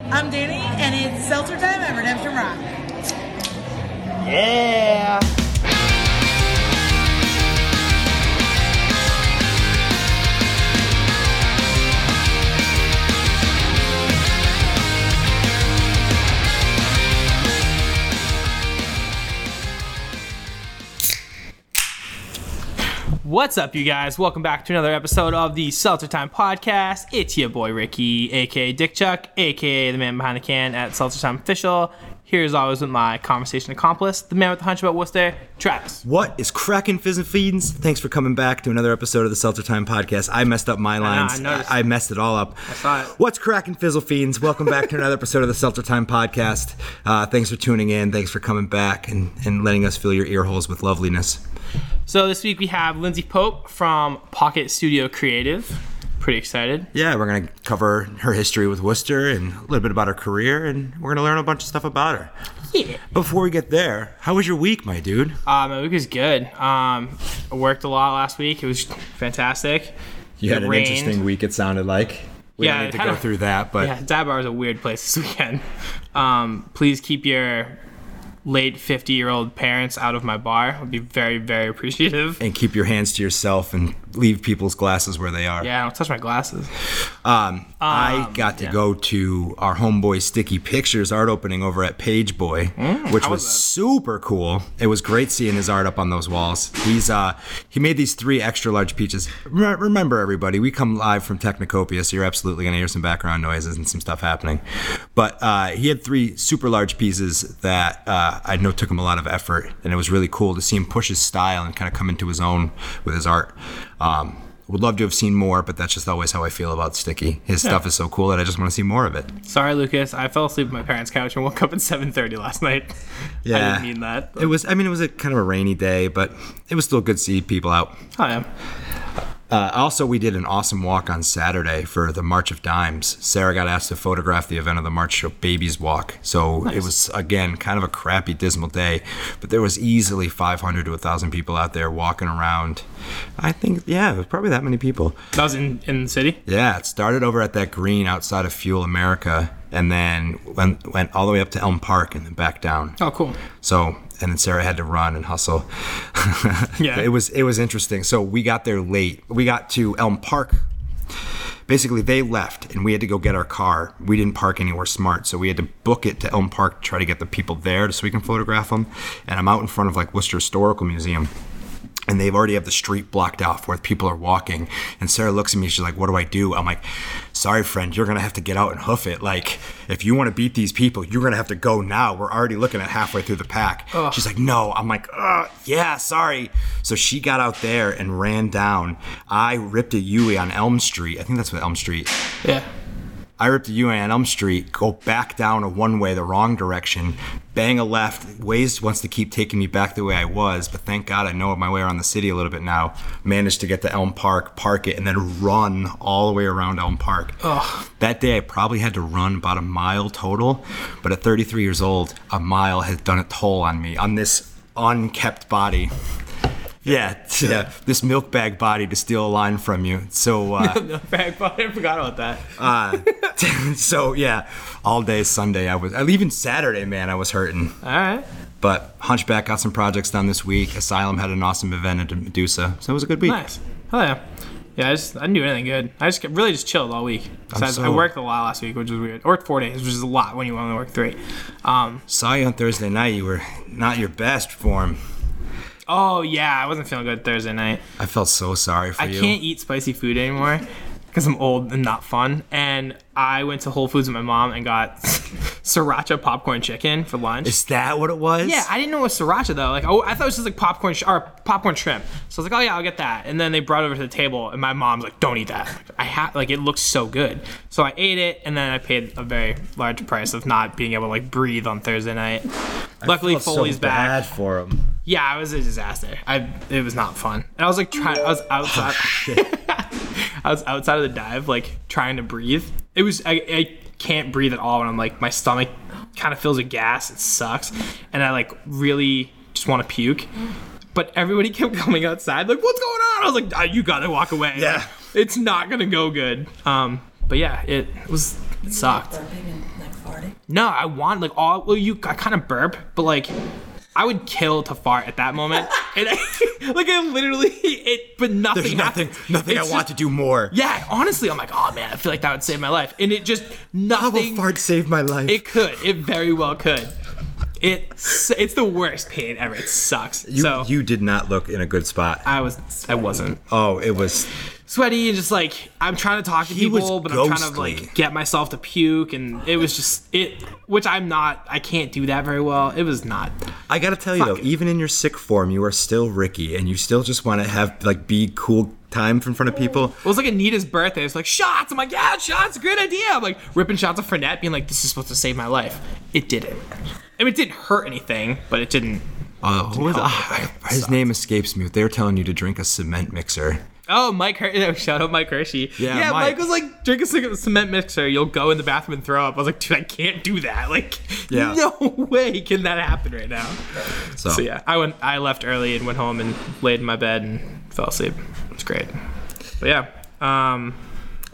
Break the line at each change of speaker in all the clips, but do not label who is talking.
I'm Danny, and it's Seltzer Time at Redemption Rock.
Yeah. What's up, you guys? Welcome back to another episode of the Seltzer Time Podcast. It's your boy Ricky, aka Dick Chuck, aka the man behind the can at Seltzer Time Official. Here, as always, with my conversation accomplice, the man with the hunch about what's there, Travis.
What is cracking, Fizz and Fiends? Thanks for coming back to another episode of the Seltzer Time Podcast. I messed up my lines.
noticed.
I, messed it all up. I
saw it.
What's cracking, Fizzle Fiends? Welcome back to another episode of the Seltzer Time Podcast. Uh, thanks for tuning in. Thanks for coming back and, and letting us fill your ear holes with loveliness.
So this week we have Lindsay Pope from Pocket Studio Creative. Pretty excited.
Yeah, we're going to cover her history with Worcester and a little bit about her career, and we're going to learn a bunch of stuff about her.
Yeah.
Before we get there, how was your week, my dude?
Uh, my week was good. Um, I worked a lot last week. It was fantastic.
You
had an rained. interesting
week, it sounded like. We
Yeah,
don't
it
need to
kind
go
of-
through that, but
Yeah, dive bar is a weird place this weekend. Um, please keep your late 50 year old parents out of my bar. I'd be very, very appreciative.
and keep your hands to yourself and leave people's glasses where they are.
Yeah, don't touch my glasses.
Um, I got to go to our homeboy Sticky Pictures art opening over at Page Boy, which Mm, was, super cool. It was great seeing his art up on those walls. He's uh, he made these three extra large peaches. Re- remember, everybody, we come live from Technicopia, so you're absolutely gonna hear some background noises and some stuff happening. But uh, he had three super large pieces that uh, I know took him a lot of effort, and it was really cool to see him push his style and kind of come into his own with his art. Um, would love to have seen more, but that's just always how I feel about Sticky. His stuff is so cool that I just want to see more of it.
Sorry, Lucas. I fell asleep at my parents' couch and woke up at 7.30 last night. I didn't mean that.
It was. I mean, it was a kind of a rainy day, but it was still good to see people out.
I am.
Uh, also, we did an awesome walk on Saturday for the March of Dimes. Sarah got asked to photograph the event of the March of Babies Walk. So it was, again, kind of a crappy, dismal day, but there was easily 500 to 1,000 people out there walking around. I think, yeah, it was probably that many people.
That was in, in the city.
Yeah, it started over at that green outside of Fuel America, and then went went all the way up to Elm Park and then back down.
Oh, cool.
So and then Sarah had to run and hustle.
Yeah.
it was it was interesting. So we got there late. We got to Elm Park. Basically, they left and we had to go get our car. We didn't park anywhere smart, so we had to book it to Elm Park to try to get the people there so we can photograph them. And I'm out in front of like Worcester Historical Museum and they've already have the street blocked off where people are walking. And Sarah looks at me, she's like, What do I do? I'm like, Sorry, friend, you're gonna have to get out and hoof it. Like, if you wanna beat these people, you're gonna have to go now. We're already looking at halfway through the pack. She's like, No. I'm like, Ugh, Yeah, sorry. So she got out there and ran down. I ripped a Yui on Elm Street. I think that's what Elm Street.
Yeah.
I ripped a U on Elm Street, go back down a one way the wrong direction, bang a left. Waze wants to keep taking me back the way I was, but thank God I know my way around the city a little bit now. Managed to get to Elm Park, park it, and then run all the way around Elm Park. That day I probably had to run about a mile total, but at 33 years old, a mile has done a toll on me, on this unkept body. Yeah, yeah, this milk bag body to steal a line from you. So, uh,
No, I forgot about that.
so yeah, all day Sunday I was, uh, even Saturday, man, I was hurting.
All right.
But Hunchback got some projects done this week. Asylum had an awesome event at Medusa, so it was a good week.
Nice. Hell yeah. Yeah, I just I didn't do anything good. I just really just chilled all week. Besides, I
so-
worked a lot last week, which was weird. I worked four days, which is a lot when you only work three. Um,
Saw you on Thursday night. You were not your best form.
oh yeah, I wasn't feeling good Thursday night.
I felt so sorry for
I
you.
can't eat spicy food anymore because I'm old and not fun. And I went to Whole Foods with my mom and got sriracha popcorn chicken for lunch.
Is that what it was?
Yeah, I didn't know it was sriracha though. Like, oh, I thought it was just like popcorn sh- or popcorn shrimp. So I was like, oh yeah, I'll get that. And then they brought it over to the table, and my mom's like, don't eat that. I had like it looks so good, so I ate it, and then I paid a very large price of not being able to like breathe on Thursday night. Luckily, Foley's back.
for him.
Yeah, it was a disaster. I it was not fun. And I was like trying. I was outside. I was outside of the dive, like trying to breathe. It was I, I can't breathe at all, and I'm like my stomach kind of fills with gas. It sucks, and I like really just want to puke. But everybody kept coming outside, like, "What's going on?" I was like, "Ah, "You gotta walk away.
Yeah.
it's not gonna go good." Um, but yeah, it was it sucked.
burping and like farting.
No, I want like all. Well, you I kind of burp, but like I would kill to fart at that moment. and I, like I literally it, but nothing.
There's nothing,
happened.
nothing I
It's
want to
just-
do more.
Yeah, honestly, I'm like, oh man, I feel like that would save my life, and it just
How will
nothing.
fart saved my life?
It could. It very well could. It s- it's the worst pain ever. It sucks.
you,
so
you did not look in a good spot.
I was I wasn't
oh, it was.
sweaty and just like I'm trying to talk to
was
people, but I'm trying to
ghostly.
like get myself to puke, and it was just it, which I'm not. I can't do that very well. It was not.
I gotta tell you though, even in your sick form, you are still Ricky, and you still just want to have like be cool time in front of people.
It was like Anita's birthday. It's like shots. I'm like, yeah, shots. Great idea. I'm like ripping shots of Fernet, being like, this is supposed to save my life. It didn't. I mean, it didn't hurt anything, but it didn't.
Oh, who was-
help
ah, his name escapes me. but They were telling you to drink a cement mixer.
Oh, Mike! Her- oh, shout out Mike Hershey.
Yeah,
yeah Mike.
Mike.
was like, drink a cig- cement mixer. You'll go in the bathroom and throw up. I was like, dude, I can't do that. Like,
Yeah.
no way can that happen right now.
So,
So yeah, I went. I left early and went home and laid in my bed and fell asleep. It's great. But yeah, um,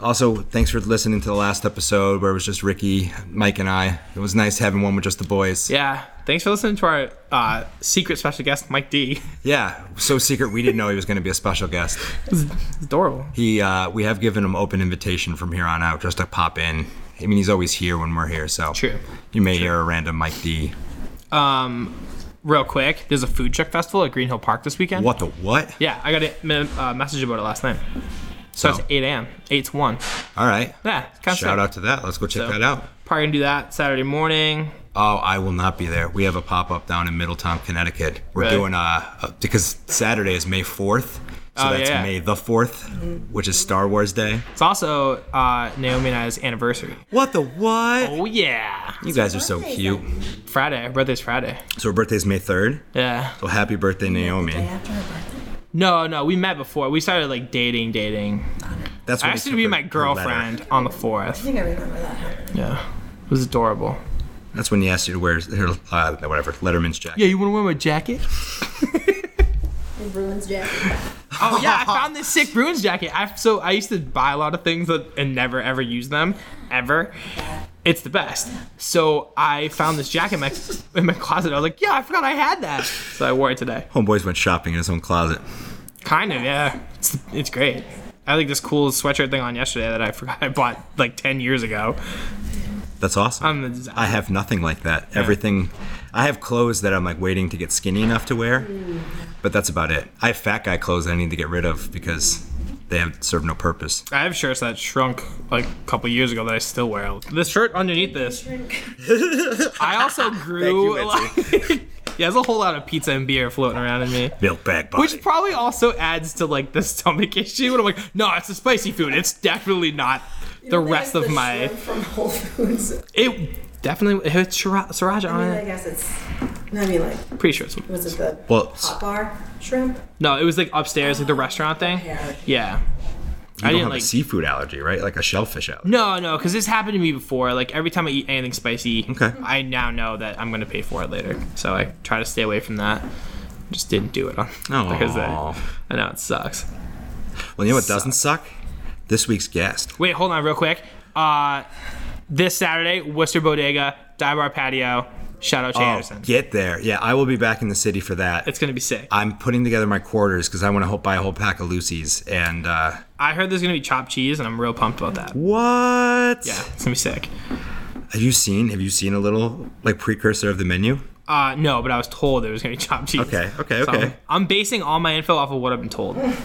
Also, thanks for listening to the last episode where it was just Ricky, Mike, and I. It was nice having one with just the boys.
yeah. Thanks for listening to our uh, secret special guest, Mike D.
Yeah, so secret we didn't know he was going to be a special guest.
It's adorable.
He, uh, we have given him open invitation from here on out just to pop in. I mean, he's always here when we're here, so
True.
You may hear a random Mike D.
Um, real quick, there's a food truck festival at Green Hill Park this weekend.
What the what?
Yeah, I got a me- uh, message about it last night. So
So,
it's 8 a.m. 8 to 1.
all right.
Yeah, it's kind of
Oh. Shout out to that. Let's go check
So-
that out.
Probably gonna do that Saturday morning.
Oh, I will not be there. We have a pop up down in Middletown, Connecticut. We're
Right.
doing uh uh, because Saturday is May fourth, so
Oh,
that's
yeah.
May the fourth, which is Star Wars Day.
It's also uh, Naomi and I's anniversary.
What the what?
Oh yeah,
You guys are so
birthday's
cute.
Friday. Her birthday's Friday.
So her birthday's May third.
Yeah.
So happy birthday, Naomi.
After her birthday.
No, no, we met before. We started like dating, dating.
That's
I
what
asked her to be my girlfriend on the
I
fourth.
think I remember that.
Yeah, it was adorable.
That's when he asked you to wear her uh, whatever Letterman's jacket.
Yeah, you wanna wear my jacket?
The Bruins jacket.
Oh yeah, I found this sick Bruins jacket. I so I used to buy a lot of things that, and never ever use them, ever. It's the best. So I found this jacket in my in my closet. I was like, yeah, I forgot I had that. So I wore it today.
Homeboys went shopping in his own closet.
Kind of, yeah. It's, it's great. I had, like this cool sweatshirt thing on yesterday that I forgot I bought like 10 years ago.
That's awesome.
I'm a designer.
I have nothing like that. Everything, I have clothes that I'm like waiting to get skinny enough to wear,
Mm.
but that's about it. I have fat guy clothes that I need to get rid of because they have serve no purpose.
I have shirts that shrunk like a couple years ago that I still wear. The shirt underneath this. I also grew a lot. yeah, there's a whole lot of pizza and beer floating around in me.
Milk bag body.
Which probably also adds to like the stomach issue. And I'm like, no, it's the spicy food. It's definitely not the rest of
the
my.
shrimp from Whole Foods.
It definitely it had sriracha, sriracha
I
on
mean, I
it.
guess it's. I mean, like,
Pretty sure it's.
was it the
Well,
hot bar shrimp?
No, it was like upstairs, like the restaurant thing.
Oh, Yeah.
Yeah.
you don't
I didn't
have
like.
a seafood allergy, right? Like a shellfish allergy.
no, no, because this happened to me before. Like every time I eat anything spicy,
Okay.
I now know that I'm gonna pay for it later. So I try to stay away from that. Just didn't do it on because
Aw.
I, I know it sucks.
Well, you know what doesn't suck? This week's guest.
Wait, hold on, real quick. Uh, this Saturday, Worcester Bodega, Dive Bar Patio. Shout
Oh.
out to Anderson.
get there. Yeah, I will be back in the city for that.
It's gonna be sick.
I'm putting together my quarters because I want to buy a whole pack of Lucy's. And uh,
I heard there's gonna be chopped cheese, and I'm real pumped about that.
what?
Yeah, it's gonna be sick.
Have you seen? Have you seen a little like precursor of the menu?
Uh, no, but I was told there was gonna be chopped cheese.
Okay, okay,
So I'm-
okay.
I'm basing all my info off of what I've been told.
All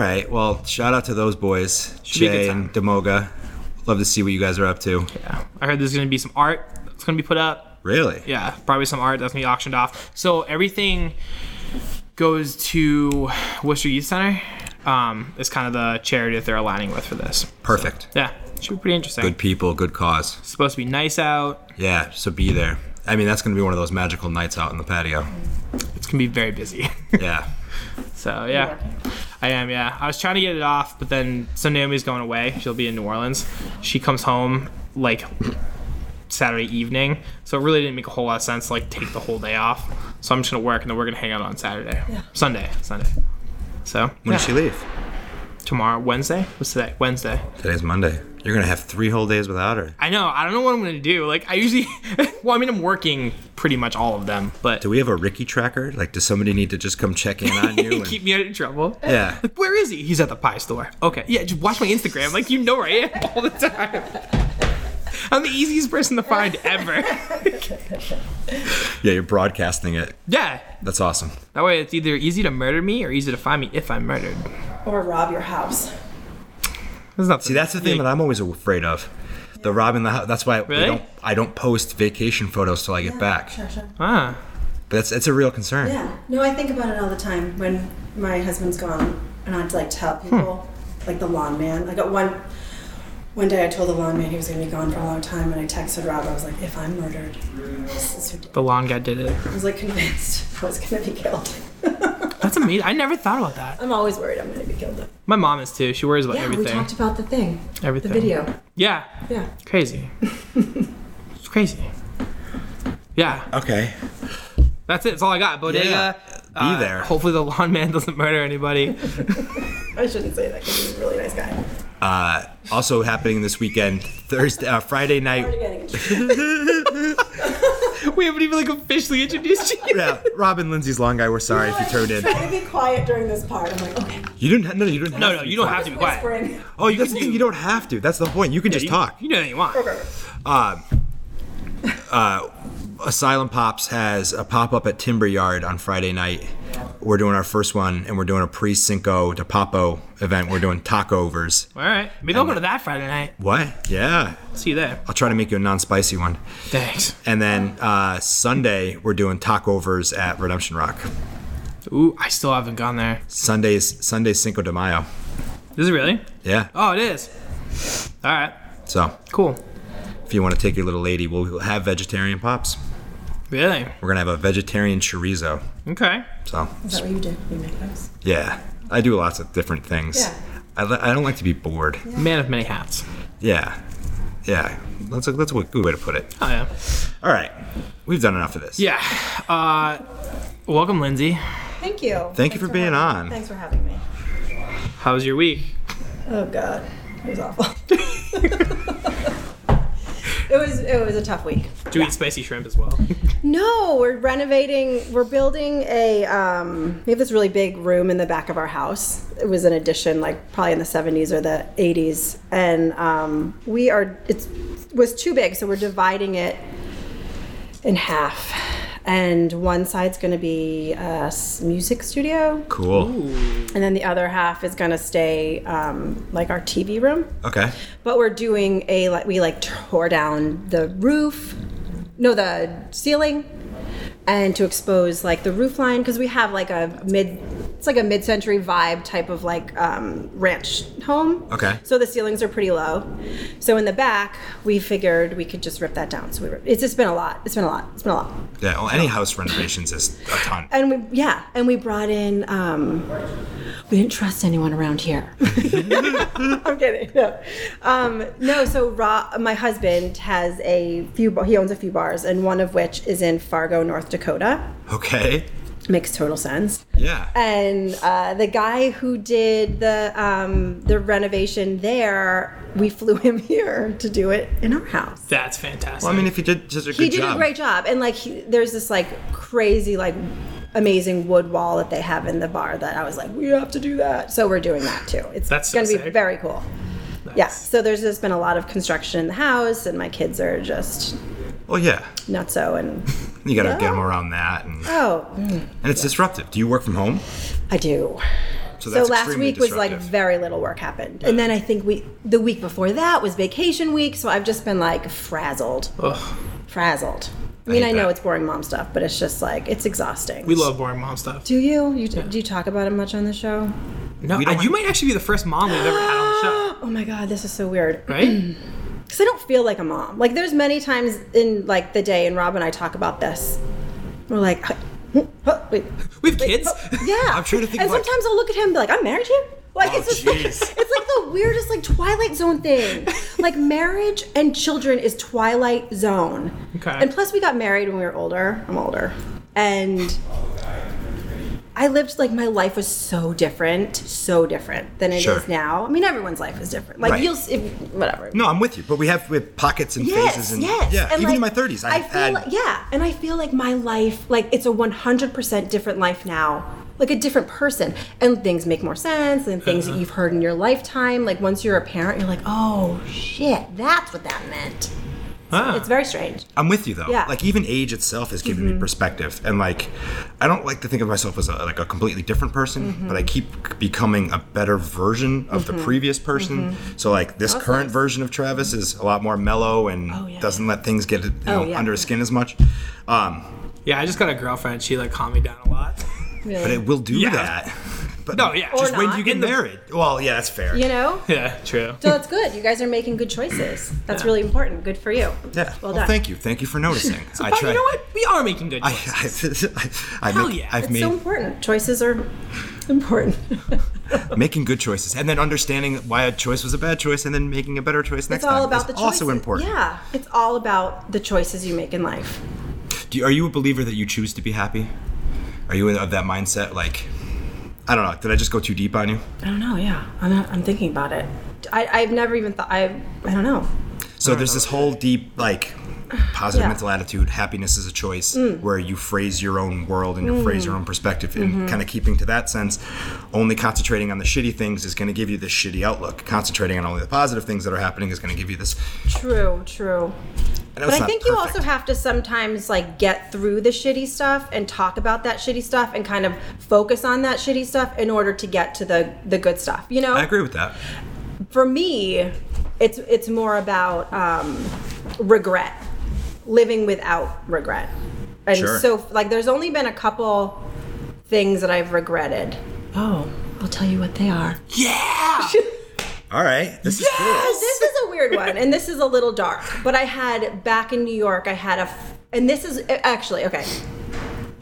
right. Well, shout out to those boys,
be a good
Jay
time.
and Demoga. Love to see what you guys are up to.
Yeah. I heard there's gonna be some art that's gonna be put up.
Really?
Yeah, probably some art that's gonna be auctioned off. So everything goes to Worcester Youth Center. Um, is kind of the charity that they're aligning with for this.
Perfect.
Yeah, should be pretty interesting.
Good people, good cause.
It's supposed to be nice out.
Yeah. So be there. I mean, that's going to be one of those magical nights out in the patio.
It's gonna be very busy.
Yeah.
so yeah, I am. Yeah, I was trying to get it off, but then so Naomi's going away. She'll be in New Orleans. She comes home like Saturday evening, so it really didn't make a whole lot of sense to like take the whole day off. So I'm just gonna work, and then we're gonna hang out on Saturday, Sunday, Sunday. So
When
yeah.
does she leave?
tomorrow, Wednesday. What's today? Wednesday.
Today's Monday. You're gonna have three whole days without her.
I know. I don't know what I'm gonna do. Like I usually, well, I mean, I'm working pretty much all of them, but
Do we have a Ricky tracker? Like, does somebody need to just come check in on you? and-
keep me out of trouble.
yeah.
Like, where is he? He's at the pie store. Okay. Yeah, just watch my Instagram. Like, you know where I am all the time. I'm the easiest person to find ever.
Yeah, you're broadcasting it.
yeah.
That's awesome.
That way it's either easy to murder me or easy to find me if I'm murdered.
Or rob your house.
That's not
See, that's the thing that I'm always afraid of. The robbing the house. That's why we
Really?
don't, I don't post vacation photos till I get back.
Sure, sure.
Ah.
But that's it's a real concern.
Yeah. No, I think about it all the time when my husband's gone and I have to like tell
Hmm.
people, like the lawn man. Like at one one day I told the lawn man he was gonna be gone for a long time and I texted Rob, I was like, if I'm murdered, this is ridiculous.
The long guy did it.
I was like convinced I was gonna be killed.
That's amazing. I never thought about that.
I'm always worried I'm gonna be killed though.
My mom is too. She worries about
Yeah,
everything.
we talked about the thing.
everything.
The video.
Yeah.
Yeah.
Crazy. it's crazy. Yeah.
Okay.
That's it. That's all I got. Bodega. Uh,
Be there.
Hopefully the lawn man doesn't murder anybody.
I shouldn't say that because he's a really nice guy.
Uh, also happening this weekend, Thursday, uh, Friday night.
we haven't even like officially introduced you.
Yeah, Robin Lindsay's long guy. We're sorry if you turned in.
Try to be quiet during this part. I'm like, okay,
You didn't. ha- No, you didn't.
No,
have
no,
to be
you don't
quiet.
have to be quiet.
whispering.
Oh, that's the thing. You don't have to. That's the point. You can just
You-
talk.
You do anything you want.
Um, uh, Asylum Pops has a pop up at Timber Yard on Friday night. We're doing our first one, and we're doing a pre Cinco de Papo event. We're doing tacovers.
All right. Maybe I'll go to that Friday night.
What? Yeah.
See you there.
I'll try to make you a non spicy one.
Thanks.
And then uh, Sunday, we're doing tacovers at Redemption Rock.
Ooh, I still haven't gone there.
Sunday's Sunday Cinco de Mayo.
Is it really?
Yeah.
Oh, it is. All right.
So
Cool.
if you want to take your little lady, we'll have vegetarian pops.
Really?
We're gonna have a vegetarian chorizo.
Okay.
So
Is that what you do? You make those?
Yeah, I do lots of different things.
Yeah.
I, li- I don't like to be bored.
Man of many hats.
Yeah, yeah. That's a, that's a good way to put it.
Oh yeah.
All right, we've done enough of this.
Yeah. Uh, welcome, Lindsay.
Thank you.
Thank you for being
having-
on.
Thanks for having me.
How was your week?
Oh god, it was awful. it was it was a tough week.
Did you eat spicy shrimp as well?
No, we're renovating. We're building a. Um, we have this really big room in the back of our house. It was an addition, like probably in the '70s or the '80s, and um, we are. It's it was too big, so we're dividing it in half. And one side's going to be a s- music studio,
Cool.
and then the other half is going to stay um, like our TV room.
Okay.
But we're doing a like we like tore down the roof, no the ceiling, and to expose like the roof line because we have like a mid it's like a mid-century vibe type of like um, ranch home.
Okay.
So the ceilings are pretty low. So in the back, we figured we could just rip that down. So we were, it's just been a lot. It's been a lot. It's been a lot.
Yeah. Well, any house renovations is a ton.
And we yeah, and we brought in um, we didn't trust anyone around here. I'm kidding. No, um, no. So Rob, my husband has a few. He owns a few bars, and one of which is in Fargo, North Dakota.
Okay.
Makes total sense.
Yeah.
And uh, the guy who did the um, the renovation there, we flew him here to do it in our house
That's fantastic.
Well, I mean, if you did just a good
he did
job.
a great job and like he, there's this like crazy like amazing wood wall that they have in the bar that i was like we have to do that so we're doing that too it's
That's so
gonna be
sick.
very cool yeah so there's just been a lot of construction in the house and my kids are just
Well, yeah.
not so and
You gotta get them around that, and, and
oh
it's disruptive. Do you work from home?
i do
So,
so last
extremely
week was like
disruptive.
very little work happened and then i think we the week before that was vacation week so i've just been like frazzled
Ugh.
frazzled i mean
hate
i, know
that.
it's boring mom stuff but it's just like it's exhausting
we love boring mom stuff.
Do you? you do you talk about it much on the show?
No,
don't
I- you
have-
might actually be the first mom we've ever had on the show,
Oh my god, this is so weird.
right?
Because I don't feel like a mom. Like there's many times in like the day, and Rob and I talk about this. We're like, huh, huh, huh, wait, oh,
We have kids.
yeah.
I'm trying to think
And
of, like-
sometimes I'll look at him and be like, I'm married to you. Like
Oh,
it's just like,
jeez.
it's like the weirdest like Twilight Zone thing. like marriage and children is Twilight Zone.
Okay.
And plus, we got married when we were older. I'm older, and I lived like my life was so different, so different than it is
Sure.
now. I mean, everyone's life is different. Like
Right.
you'll see, whatever.
No, I'm with you. But we have we have pockets and
Yes,
phases and
yes.
yeah.
And, like,
even in my 30s, I've
feel
had
like, yeah, and I feel like my life, like it's a 100% different life now, like a different person, and things make more sense, and things
Uh-huh.
that you've heard in your lifetime. Like once you're a parent, you're like, oh shit, that's what that meant.
Ah.
It's very strange.
I'm with you though.
Yeah. Mm-hmm.
Like even age itself has given me perspective, and like I don't like to think of myself as a, like a completely different person,
Mm-hmm.
but I keep becoming a better version of the previous person.
Mm-hmm.
So like this current version of Travis is a lot more mellow and
Oh, yeah.
doesn't let things get you know,
Oh, yeah.
under his skin as much. Um,
Yeah, I just got a girlfriend. She like calmed me down a lot.
Really.
but it will do
Yeah.
that. But
No, yeah.
just
Or
when
not.
you get
In the-
married. Well, yeah, that's fair.
you know?
yeah, true.
So that's good. You guys are making good choices. That's really important. Good for you.
Yeah.
Well
Well,
done.
thank you, thank you for noticing. I
But
try.
you know what? We are making good
I,
choices.
I've, I
Hell
make,
yeah.
I've
It's
made
so important. Choices are important.
making good choices and then understanding why a choice was a bad choice and then making a better choice next
it's all
time
about
is
the choices.
also important.
Yeah. It's all about the choices you make in life.
Do you, are you a believer that you choose to be happy? Are you of that mindset? Like, I don't know. Did I just go too deep on you?
I don't know. Yeah, I'm, not, I'm thinking about it. I, I've never even thought. I I don't know.
So there's this whole deep like positive
Yeah. Mm.
mental attitude. Happiness is a choice where you phrase your own world and you phrase your own perspective and
Mm-hmm.
kind of keeping to that sense. Only concentrating on the shitty things is going to give you this shitty outlook. Concentrating on only the positive things that are happening is going to give you this.
True, true.
I know
But
it's
I
not
think you also
perfect.
have to sometimes like get through the shitty stuff and talk about that shitty stuff and kind of focus on that shitty stuff in order to get to the the good stuff. You know,
I agree with that.
for me, it's it's more about um, regret, living without regret, and
Sure.
so like there's only been a couple things that I've regretted. Oh, I'll tell you what they are.
yeah.
All right, this is good.
this is a weird one, and this is a little dark. But I had back in New York, I had a, f- and this is actually okay.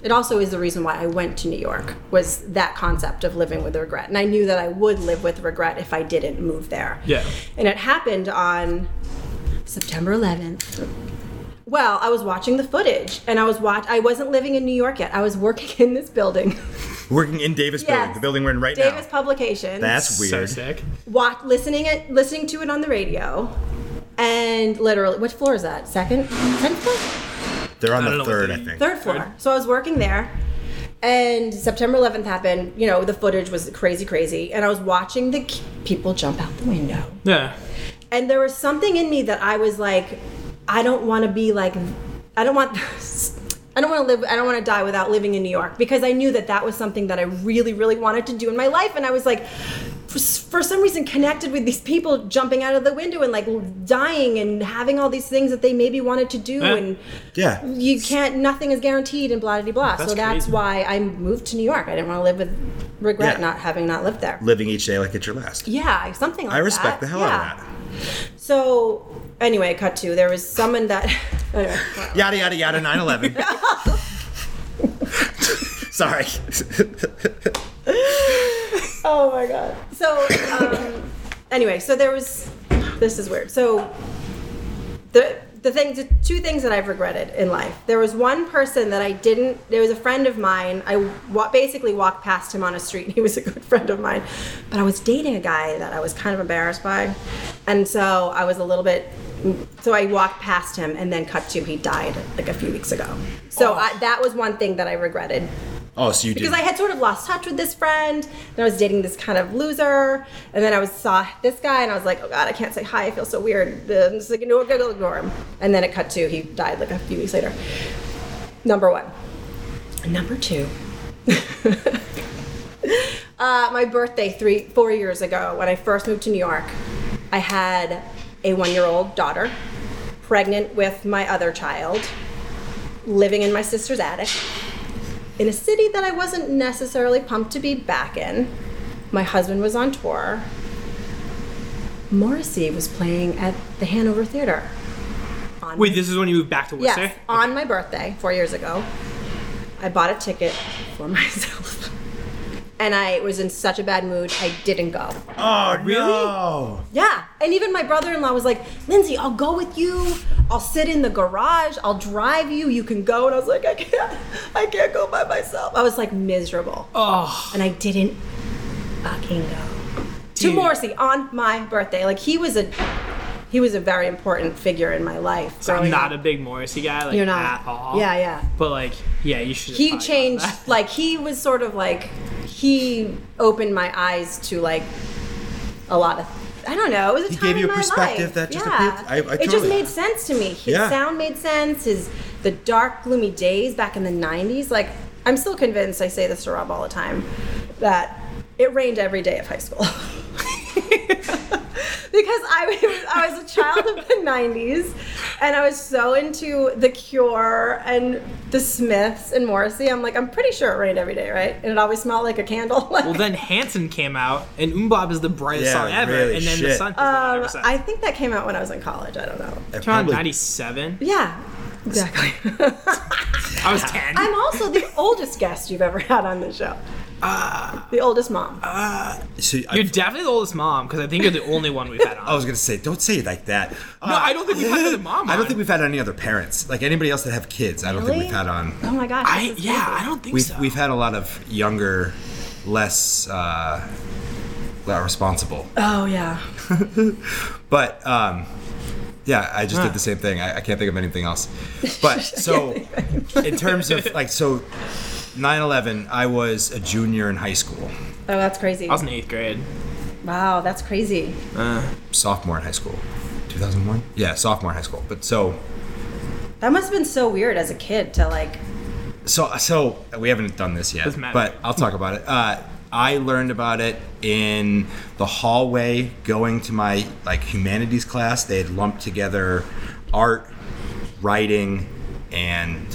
It also is the reason why I went to New York was that concept of living with regret, and I knew that I would live with regret if I didn't move there.
Yeah.
and it happened on September 11th. Well, I was watching the footage, and I was watch. I wasn't living in New York yet. I was working in this building,
Working in Davis Building,
Yes.
the building we're in right
Davis
now.
Publications.
That's
So
weird.
sick.
watch listening it listening to it on the radio and literally which floor is that second second floor
They're on
I don't
the
know what
third,
they-
I think.
third floor so i was working there and september 11th happened you know the footage was crazy crazy and i was watching the k- people jump out the window
Yeah.
and there was something in me that i was like i don't want to be like i don't want I don't want to live. I don't want to die without living in New York because I knew that that was something that I really, really wanted to do in my life, and I was like, for, for some reason, connected with these people jumping out of the window and like dying and having all these things that they maybe wanted to do,
Yeah.
and
Yeah.
you can't. Nothing is guaranteed, and blah blah blah. so
That's
that's
crazy.
why I moved to New York. I didn't want to live with regret
Yeah.
not having not lived there.
Living each day like it's your last.
Yeah, something like that.
I respect the hell
yeah.
out of
So anyway, cut to there was someone that anyway,
that. Yada, yada, yada, 9 11. Sorry.
oh my god. So um, anyway, so there was this is weird. So the the thing the two things that I've regretted in life. There was one person that I didn't there was a friend of mine. I wa- basically walked past him on a street and he was a good friend of mine. But I was dating a guy that I was kind of embarrassed by. And so I was a little bit so I walked past him and then cut to he died like a few weeks ago. So I, that was one thing that I regretted
oh, so you did.
because I had sort of lost touch with this friend, and I was dating this kind of loser, and then I was saw this guy, and I was like, oh god, I can't say hi, I feel so weird. And it's like, no, go, go, ignore him. And then it cut to he died like a few weeks later. Number one. Number two. uh, my birthday three, four years ago, when I first moved to New York, I had a one-year-old daughter, pregnant with my other child, living in my sister's attic in a city that I wasn't necessarily pumped to be back in. My husband was on tour. Morrissey was playing at the Hanover Theater. On
Wait, this is when you moved back to
yes,
Worcester?
on my birthday four years ago. I bought a ticket for myself. and I was in such a bad mood, I didn't go.
Oh really? no!
Yeah. And even my brother in law was like, Lindsay, I'll go with you. I'll sit in the garage. I'll drive you. You can go. And I was like, I can't. I can't go by myself. I was like miserable.
Oh,
And I didn't fucking go. To
Dude.
Morrissey on my birthday. Like he was a he was a very important figure in my life.
so I'm
growing
not
up.
a big Morrissey guy. Like,
You're not.
at all.
Yeah, yeah.
But like, yeah, you should. have
he
probably
changed
gone back.
like he was sort of like he opened my eyes to like a lot of I don't know. It was a
He
time
gave you
in
a
my
perspective
life.
that just
yeah.
appeared- I- I
it just
totally-
made sense to me. His
Yeah.
sound made sense. His the dark, gloomy days back in the '90s. Like I'm still convinced. I say this to Rob all the time that it rained every day of high school. because I was, I was a child of the 90s and I was so into The Cure and The Smiths and Morrissey. I'm like, I'm pretty sure it rained every day, right? And it always smelled like a candle. Like,
Well, then Hanson came out, and Umbop is the brightest
Yeah,
song ever,
really,
and then the
shit.
sun.
um, I think that came out when I was in college. I don't know.
I
Around
probably-
97.
Yeah, exactly.
I was 10.
I'm also the oldest guest you've ever had on the show.
Ah.
the oldest mom.
so I-
You're definitely the oldest mom because I think you're the only one we've had on.
I was gonna say, don't say it like that. Uh,
no, I don't think we've had the mom. On.
I don't think we've had any other parents, like anybody else that have kids. I don't think
Really?
we've had on.
oh my gosh.
I
this is
yeah,
crazy.
I don't think
We've
so.
we've had a lot of younger, less uh, well, responsible.
Oh, yeah.
But um, yeah, I just
Huh.
did the same thing. I, I can't think of anything else. But so, in terms of like so, 9/11, I was a junior in high school,
Oh, that's crazy.
I was in eighth grade.
Wow, that's crazy.
sophomore in high school, 2001. Yeah, sophomore in high school. But so
That must have been so weird as a kid to like
So, so we haven't done this yet,
Doesn't matter.
but I'll talk about it. Uh, I learned about it in the hallway going to my like humanities class. They had lumped together art, writing, and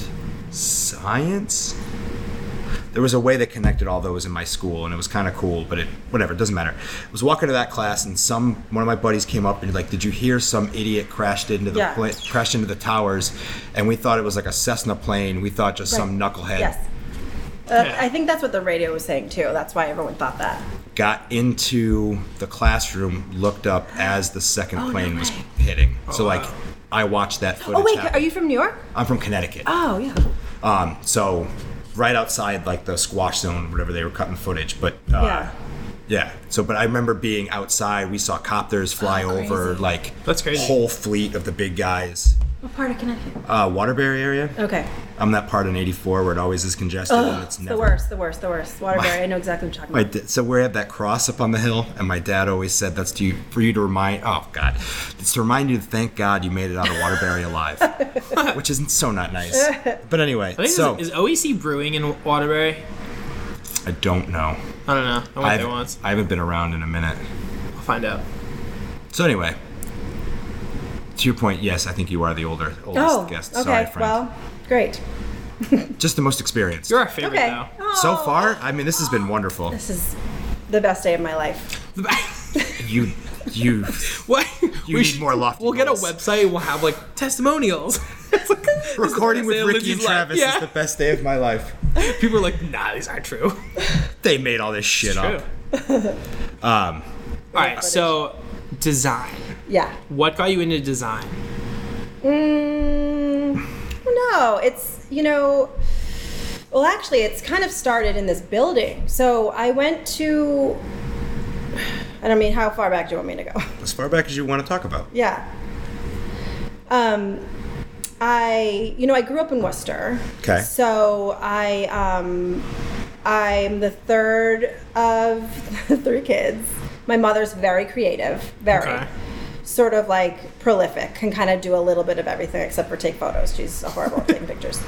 science. There was a way that connected all those in my school, and it was kind of cool. But it, whatever, it doesn't matter. I was walking to that class, and some one of my buddies came up and like, "Did you hear some idiot crashed into the
Yeah.
pla- crashed into the towers?" And we thought it was like a Cessna plane. We thought just some
Right.
knucklehead
Yes. Uh, I think that's what the radio was saying too. That's why everyone thought that.
got into the classroom, looked up as the second
Oh, no
plane was
way.
hitting.
Oh,
so like, I watched that footage.
Oh wait,
happen.
are you from New York?
I'm from Connecticut.
Oh yeah.
Um, so right outside like the squash zone, whatever they were cutting footage, but uh,
Yeah.
yeah. So, but I remember being outside. We saw copters fly over,
Oh, crazy.
like
That's crazy.
Whole fleet of the big guys.
What part of Connecticut?
Uh, Waterbury area.
Okay.
I'm that part in '84 where it always is congested and it's never.
Oh. The worst, the worst, the worst. Waterbury. I know exactly what you're talking
My
about.
da- so we have that cross up on the hill, and my dad always said that's to you, for you to remind. Oh God, it's to remind you to thank God you made it out of Waterbury alive, which isn't so not nice. But anyway,
I think
so
is, is OEC Brewing in Waterbury?
I don't know.
I don't know. I went there once.
I've, I haven't been around in a minute.
I'll find out.
So anyway, to your point, yes, I think you are the older oldest
Oh.
guest.
okay.
Sorry, friend.
well, great.
Just the most experienced.
You're our favorite
Okay.
though.
Oh,
so far, I mean, this has been wonderful.
This is the best day of my life.
You, you.
what?
You need more lofty
We'll
goals.
get a website. We'll have like testimonials. It's like, this is the
Recording
best
with
day of
Ricky
Lindsay's
and
life.
Travis
Yeah.
is the best day of my life.
People are like, nah, these aren't true.
They made all this shit
True.
up. Um,
All right. So, design.
Yeah.
What got you into design?
Mm, no, it's you know. Well, actually, it's kind of started in this building. So I went to. I don't mean how far back do you want me to go?
as far back as you want to talk about.
Yeah. Um, I you know I grew up in Worcester.
'Kay.
So I um, I'm the third of three kids. My mother's very creative, very
Okay.
sort of like prolific, can kind of do a little bit of everything except for take photos. She's horrible at taking pictures,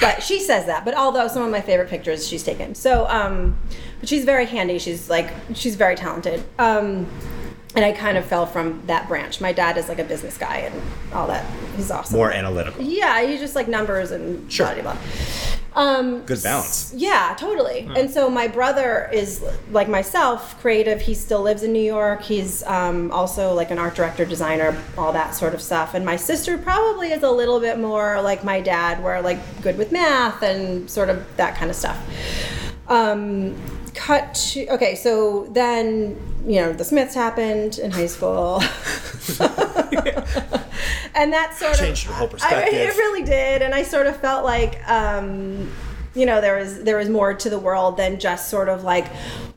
but she says that. But although some of my favorite pictures she's taken, so um, but she's very handy. She's like she's very talented. Um, and I kind of fell from that branch. My dad is like a business guy and all that. He's awesome.
More analytical.
Yeah, he just like numbers and
Sure.
blah blah blah. Um,
Good balance.
yeah, totally. And so my brother is like myself, creative. He still lives in New York. He's um, also like an art director, designer, all that sort of stuff. And my sister probably is a little bit more like my dad, where like good with math and sort of that kind of stuff. Um, cut to okay so then you know the smiths happened in high school and that sort of
Changed your whole
I, it
perspective.
really did and i sort of felt like um you know there was there was more to the world than just sort of like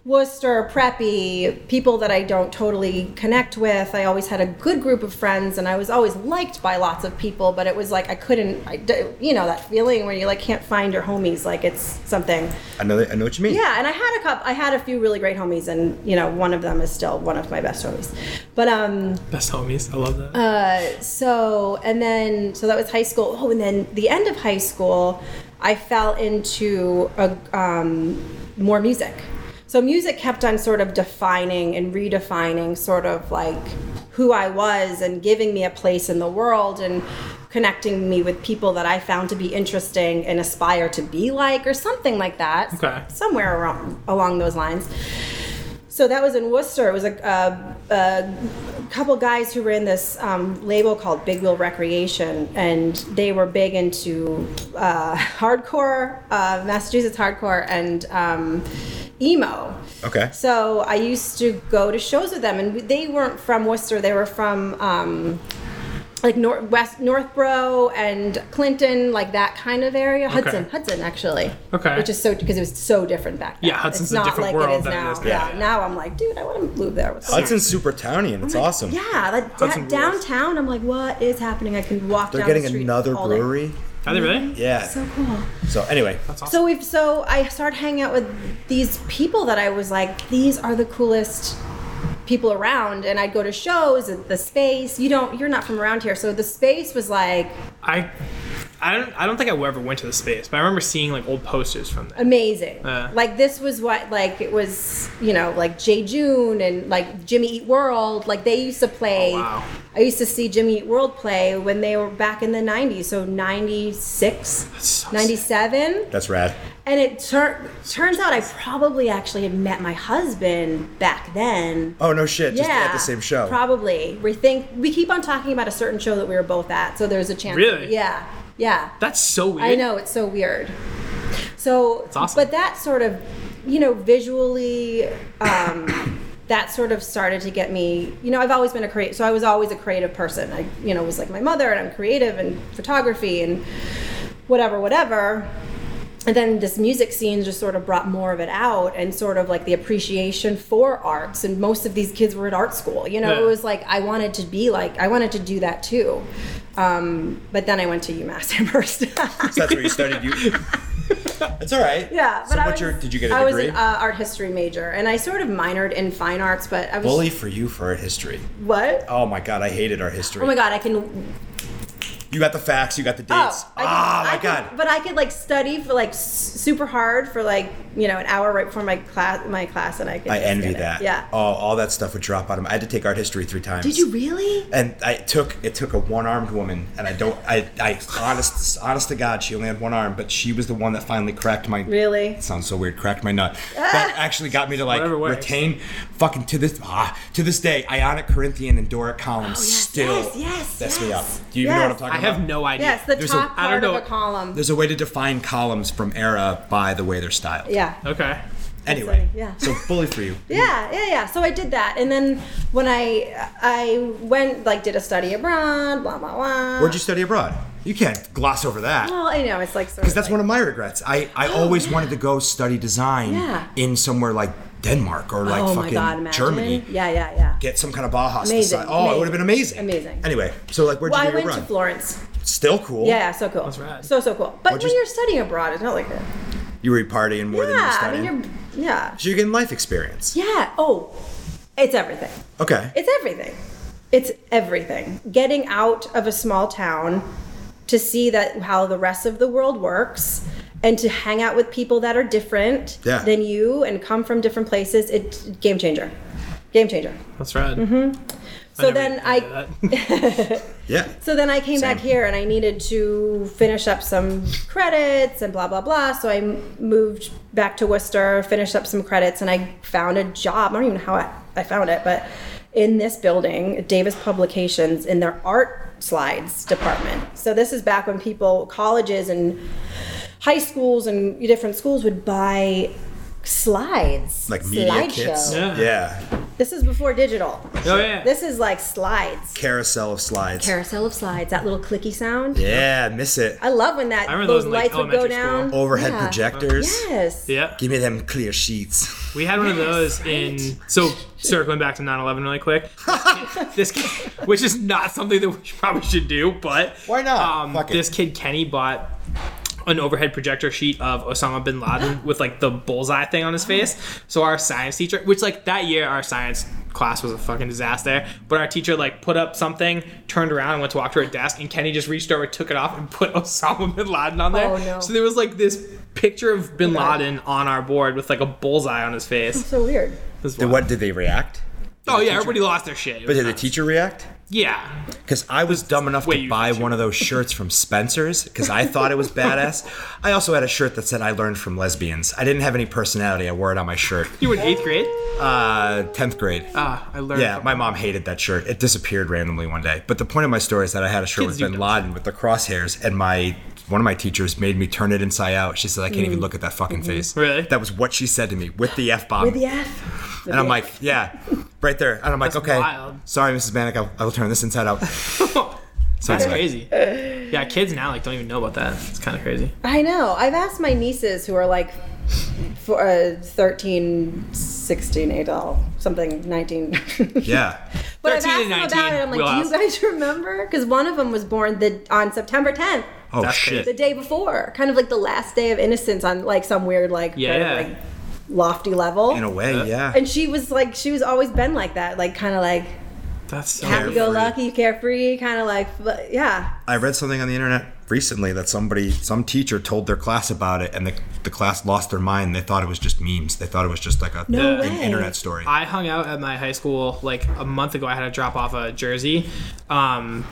worcester preppy people that i don't totally connect with i always had a good group of friends and i was always liked by lots of people but it was like i couldn't I, d- you know that feeling where you like can't find your homies like it's something
I know. I know what you mean.
yeah, and I had a cup. I had a few really great homies, and you know, one of them is still one of my best homies. But um, uh,
Best homies. I love that.
so and then so that was high school. Oh, and then the end of high school, I fell into a, um, more music. So music kept on sort of defining and redefining sort of like who I was and giving me a place in the world and connecting me with people that I found to be interesting and aspire to be like or something like that.
Okay.
Somewhere around, along those lines. So that was in Worcester. It was a, a, a couple guys who ran this um, label called Big Wheel Recreation, and they were big into uh, hardcore, uh, Massachusetts hardcore, and um, emo.
Okay.
So I used to go to shows with them, and they weren't from Worcester. They were from um, like North West Northborough and Clinton, like that kind of area. Hudson, Hudson, actually.
Okay.
Which is so because it was so different back then.
Yeah,
it's
Hudson's a
not
different
like
world
it is
than it
now.
is now.
yeah.
Yeah.
Now I'm like, dude, I want to move there. With
Hudson-
Hudson's super towny and it's awesome.
Oh yeah, that da-
Hudson rules.
downtown. I'm like, what is happening? I can walk.
They're
down
getting
the street
another
all day.
brewery.
Are they really?
Yeah.
So cool.
So anyway,
So we've so I started hanging out with these people that I was like, these are the coolest people around, and I'd go to shows and the space. You don't, you're not from around here, so the space was like
I I don't I don't think I ever went to the space, but I remember seeing like old posters from there.
amazing.
Yeah.
Like this was what like it was, you know, like Jay June and like Jimmy Eat World. Like they used to play.
Oh, wow.
I used to see Jimmy Eat World play when they were back in the '90s, so '96,
so
'97.
That's rad.
And it tur- turns out I probably actually had met my husband back then.
Oh no shit!
yeah,
Just at the same show.
Probably. We think we keep on talking about a certain show that we were both at, so there's a chance.
Really?
Yeah. Yeah.
That's so weird.
I know it's so weird. So,
awesome.
but that sort of, you know, visually, um, that sort of started to get me. You know, I've always been a creative, so I was always a creative person. I, you know, was like my mother, and I'm creative and photography and whatever, whatever. And then this music scene just sort of brought more of it out and sort of like the appreciation for arts. And most of these kids were at art school. You know,
Yeah.
it was like I wanted to be like, I wanted to do that too. Um, but then I went to UMass Amherst.
So that's where you started. You.
it's all right.
Yeah, but
So
I
what's
was,
your- did you get a
I was
degree?
an uh, art history major, and I sort of minored in fine arts, but I was
Bully for you for art history.
what? Oh,
Oh my god! I hated our history.
my god, I can.
You got the facts. You got the
Oh,
dates.
I could-
ah,
I
my
could-
god.
But I could like study for like s- super hard for like you know an hour right before my class, my class, and I could.
I
just
envy
get it.
that.
Yeah.
Oh, all that stuff would drop out of me. I had to take art history three times.
Did you really?
And I it took it took a one armed woman, and I don't. I, I honest honest to God, she only had one arm, but she was the one that finally cracked my.
Really?
It sounds so weird. Cracked my nut. That actually got me to like
Whatever works.
retain. Fucking to this ah, to this day, Ionic, Corinthian, and Doric columns
Oh, yes,
still
yes, yes,
mess me up.
yes,
Do you even know what I'm
yes.
talking
I
about?
have no idea.
Yes, the
There's a-
top
I don't
part of
know.
a column.
There's a way to define columns from era by the way they're styled.
yeah.
Okay.
Anyway.
funny, yeah.
So bully for you.
Yeah, yeah, yeah. So I did that, and then when I I went like did a study abroad, blah blah blah.
Where'd you study abroad? You can't gloss over that.
Well, I know it's like sort
Because
of
that's
like-
one of my regrets. I, I always wanted to go study design
Oh, Yeah.
in somewhere like Denmark or like
oh my
fucking
god, imagine.
Germany.
Yeah, yeah, yeah.
Get some kind of Bauhaus
Amazing,
design. Oh, it would have been amazing.
amazing, amazing.
Anyway, so like where'd
Well,
you
I
do your
went
run?
to Florence.
Still cool.
Yeah, yeah, so cool.
That's rad.
So so cool. But
What'd
when
you-
you're studying abroad, it's not like that.
You were partying more than you were
Yeah, I
studying.
mean you're yeah.
So you're getting life experience.
Yeah. Oh. It's everything.
Okay.
It's everything. It's everything. Getting out of a small town to see that how the rest of the world works and to hang out with people that are different
Yeah.
than you and come from different places, it game changer. Game changer.
That's rad.
Mm-hmm. So then I
yeah.
So then I came back
Same.
here and I needed to finish up some credits and blah blah blah. So I m- moved back to Worcester, finished up some credits, and I found a job. I don't even know how I, I found it, but in this building, Davis Publications, in their art slides department. So this is back when people, colleges and high schools and different schools would buy slides.
Like media
slideshow.
kits.
Yeah.
yeah.
This is before digital.
Oh yeah.
This is like slides.
Carousel of slides.
Carousel of slides, that little clicky sound.
yeah, miss it.
I love when that
I remember
those
those in, like,
lights would go
elementary school.
down.
Overhead
Yeah.
projectors.
Yes.
yeah.
Give me them clear sheets.
We had one of those in. So circling back to 9/11 really quick. this, kid, which is not something that we probably should do, but
Why not?
Um,
Fuck it.
this kid Kenny bought an overhead projector sheet of Osama bin Laden with like the bullseye thing on his
Oh
face. So our science teacher, which like that year our science class was a fucking disaster, but our teacher like put up something, turned around and went to walk to her desk, and Kenny just reached over, took it off, and put Osama bin Laden on there.
Oh, no.
So there was like this picture of bin Laden on our board with like a bullseye on his face.
So weird.
This
Did,
one.
what did they react?
Oh yeah, everybody lost their shit. It
But
was
did the
nuts.
teacher react?
Yeah.
Because I was dumb enough
way
to
you
buy
think
one of those shirts from Spencer's because I thought it was badass. I also had a shirt that said I learned from lesbians. I didn't have any personality. I wore it on my shirt.
You were in eighth grade.
Uh, 10th grade.
Ah, I learned.
yeah,
from-
my mom hated that shirt. It disappeared randomly one day. But the point of my story is that I had a shirt
Kids do
with bin
dumb
Laden with the crosshairs, and my one of my teachers made me turn it inside out. She said, I can't even look at that fucking face.
Mm-hmm. Really?
That was what she said to me with the F bomb.
With the F.
And I'm like, yeah, right there. And I'm like,
That's
okay,
wild.
sorry, Mrs. Manick, I'll, I'll turn this inside out.
That's
Anyway.
crazy. Yeah, kids now like don't even know about that. It's kind of crazy.
I know. I've asked my nieces who are like for, uh, 13, 16, 8, all, something, 19.
Yeah.
But I've
13
asked
and
them
19,
about it. I'm like,
we'll
do you
ask.
guys remember? Because one of them was born the, on September 10th,
Oh
That's
shit.
the day before, kind of like the last day of innocence on like some weird, like,
Yeah,
kind of,
yeah.
like lofty level.
In a way, yeah.
Uh, and she was like, she was always been like that, like kind of like
That's so
happy go lucky, carefree, kind of like, but yeah.
I read something on the internet recently that somebody, some teacher told their class about it, and the, the class lost their mind. They thought it was just memes. They thought it was just like a
No
an
way.
internet story.
I hung out at my high school like a month ago. I had to drop off a jersey um,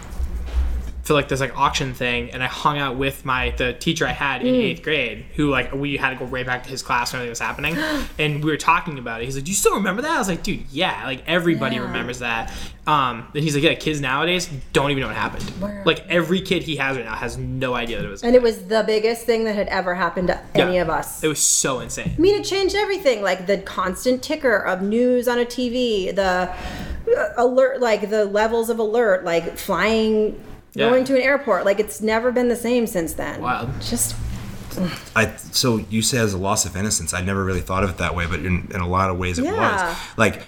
for like this like auction thing, and I hung out with my the teacher I had
Hmm.
in eighth grade, who like we had to go right back to his class when everything was happening, and we were talking about it. He's like, "Do you still remember that?" I was like, "Dude, yeah, like everybody
Yeah.
remembers that." Um, and he's like, "Yeah, kids nowadays don't even know what happened.
Word.
Like every kid he has right now has no idea that it was.
And it was the biggest thing that had ever happened to
Yeah.
any of us.
It was so insane."
I mean, it changed everything, like the constant ticker of news on a TV, the uh, alert, like the levels of alert, like flying,
Yeah.
going to an airport. Like it's never been the same since then.
Wild.
Just
I so you say as a loss of innocence. I never really thought of it that way, but in, in a lot of ways it
Yeah.
was. Like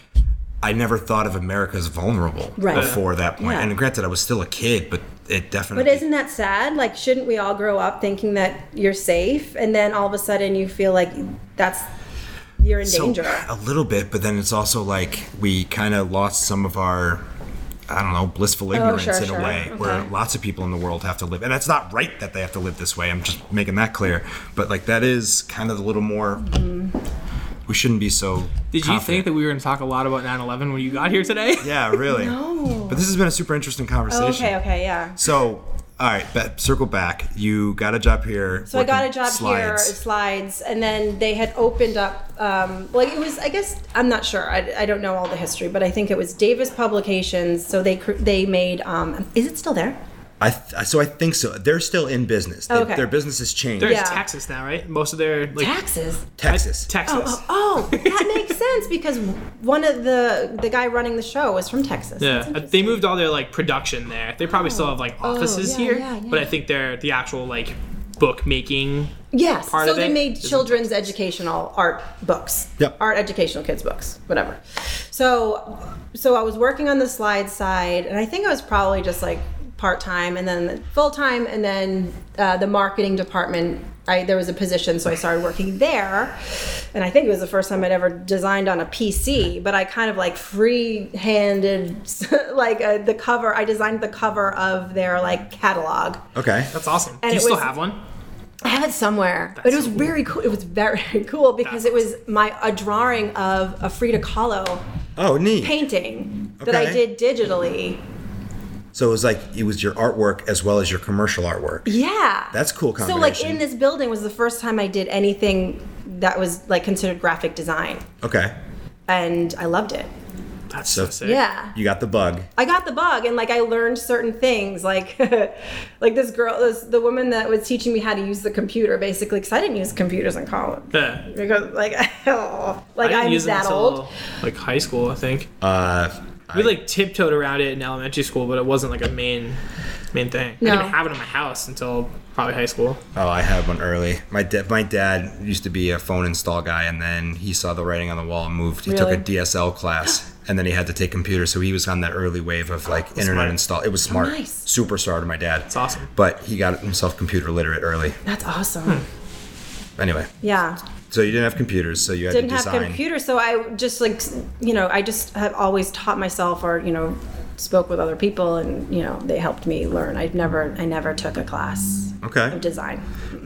I never thought of America as vulnerable
Right.
before that point.
Yeah.
And granted, I was still a kid, but it definitely.
But isn't that sad? Like, shouldn't we all grow up thinking that you're safe, and then all of a sudden you feel like that's you're in
So,
danger?
A little bit, but then it's also like we kind of lost some of our, I don't know, blissful ignorance
Oh, sure,
in
sure.
a way where
Okay.
lots of people in the world have to live. And that's not right that they have to live this way. I'm just making that clear. But like that is kind of a little more.
Mm-hmm.
We shouldn't be so.
Did you think that we were going to talk a lot about 9/11 when you got here today?
Yeah, really. But this has been a super interesting conversation.
Oh, okay, okay, yeah.
So, all right, ba- circle back. You got a job here.
So I got a job here, slides, and then they had opened up. Um, like it was, I guess I'm not sure. I, I don't know all the history, but I think it was Davis Publications. So they cr- they made. Um, is it still there?
I th- so I think so. They're still in business. They-
Okay.
Their business has changed.
They're in
Yeah.
Texas now, right? Most of their like
Taxes.
Texas.
Texas.
Oh, oh, oh, that makes sense because one of the the guy running the show was from Texas. That's
Yeah, Uh,
interesting. Oh.
they moved all their like production there. They probably still have like offices
yeah,
here,
yeah,
but
yeah.
I think they're the actual like bookmaking.
Yes.
part
so
of
they
it
made
is in
children's educational art books.
Yep.
Art educational kids books, whatever. So so I was working on the slide side and I think I was probably just like part time and then full time and then uh, the marketing department I, there was a position so I started working there and I think it was the first time I'd ever designed on a PC but I kind of like free-handed like uh, the cover I designed the cover of their like catalog
Okay.
That's awesome.
And
Do you
it
still
was-
have one?
I have it somewhere, but it was very cool. It was very cool because it was my a drawing of a Frida Kahlo
Oh, neat.
painting that I
Okay.
did digitally.
So it was like it was your artwork as well as your commercial artwork.
Yeah,
That's a cool
So like
combination.
in this building was the first time I did anything that was like considered graphic design,
Okay.
and I loved it.
That's so sick.
Yeah.
You got the bug.
I got the bug and like I learned certain things like like this girl this, the woman that was teaching me how to use the computer basically cuz I didn't use computers in college
Yeah.
because like oh, like
didn't
I'm
use them
that
until,
old.
Like high school, I think.
Uh,
we like tiptoed around it in elementary school, but it wasn't like a main main thing. I
No.
didn't have it in my house until probably high school.
Oh, I had one early. My da- my dad used to be a phone install guy, and then he saw the writing on the wall and moved. He took
Really?
a DSL class, and then he had to take computer, so he was on that early wave of like internet
smart.
install. It was smart,
Oh, nice.
super smart of my dad. It's
awesome.
But he got himself computer literate early.
That's awesome.
Anyway,
Yeah.
so you didn't have computers, so you had
Didn't
to
have
design.
computers so I just like s- you know I just have always taught myself or you know spoke with other people and you know they helped me learn. I never I never took a class of
Okay,
design.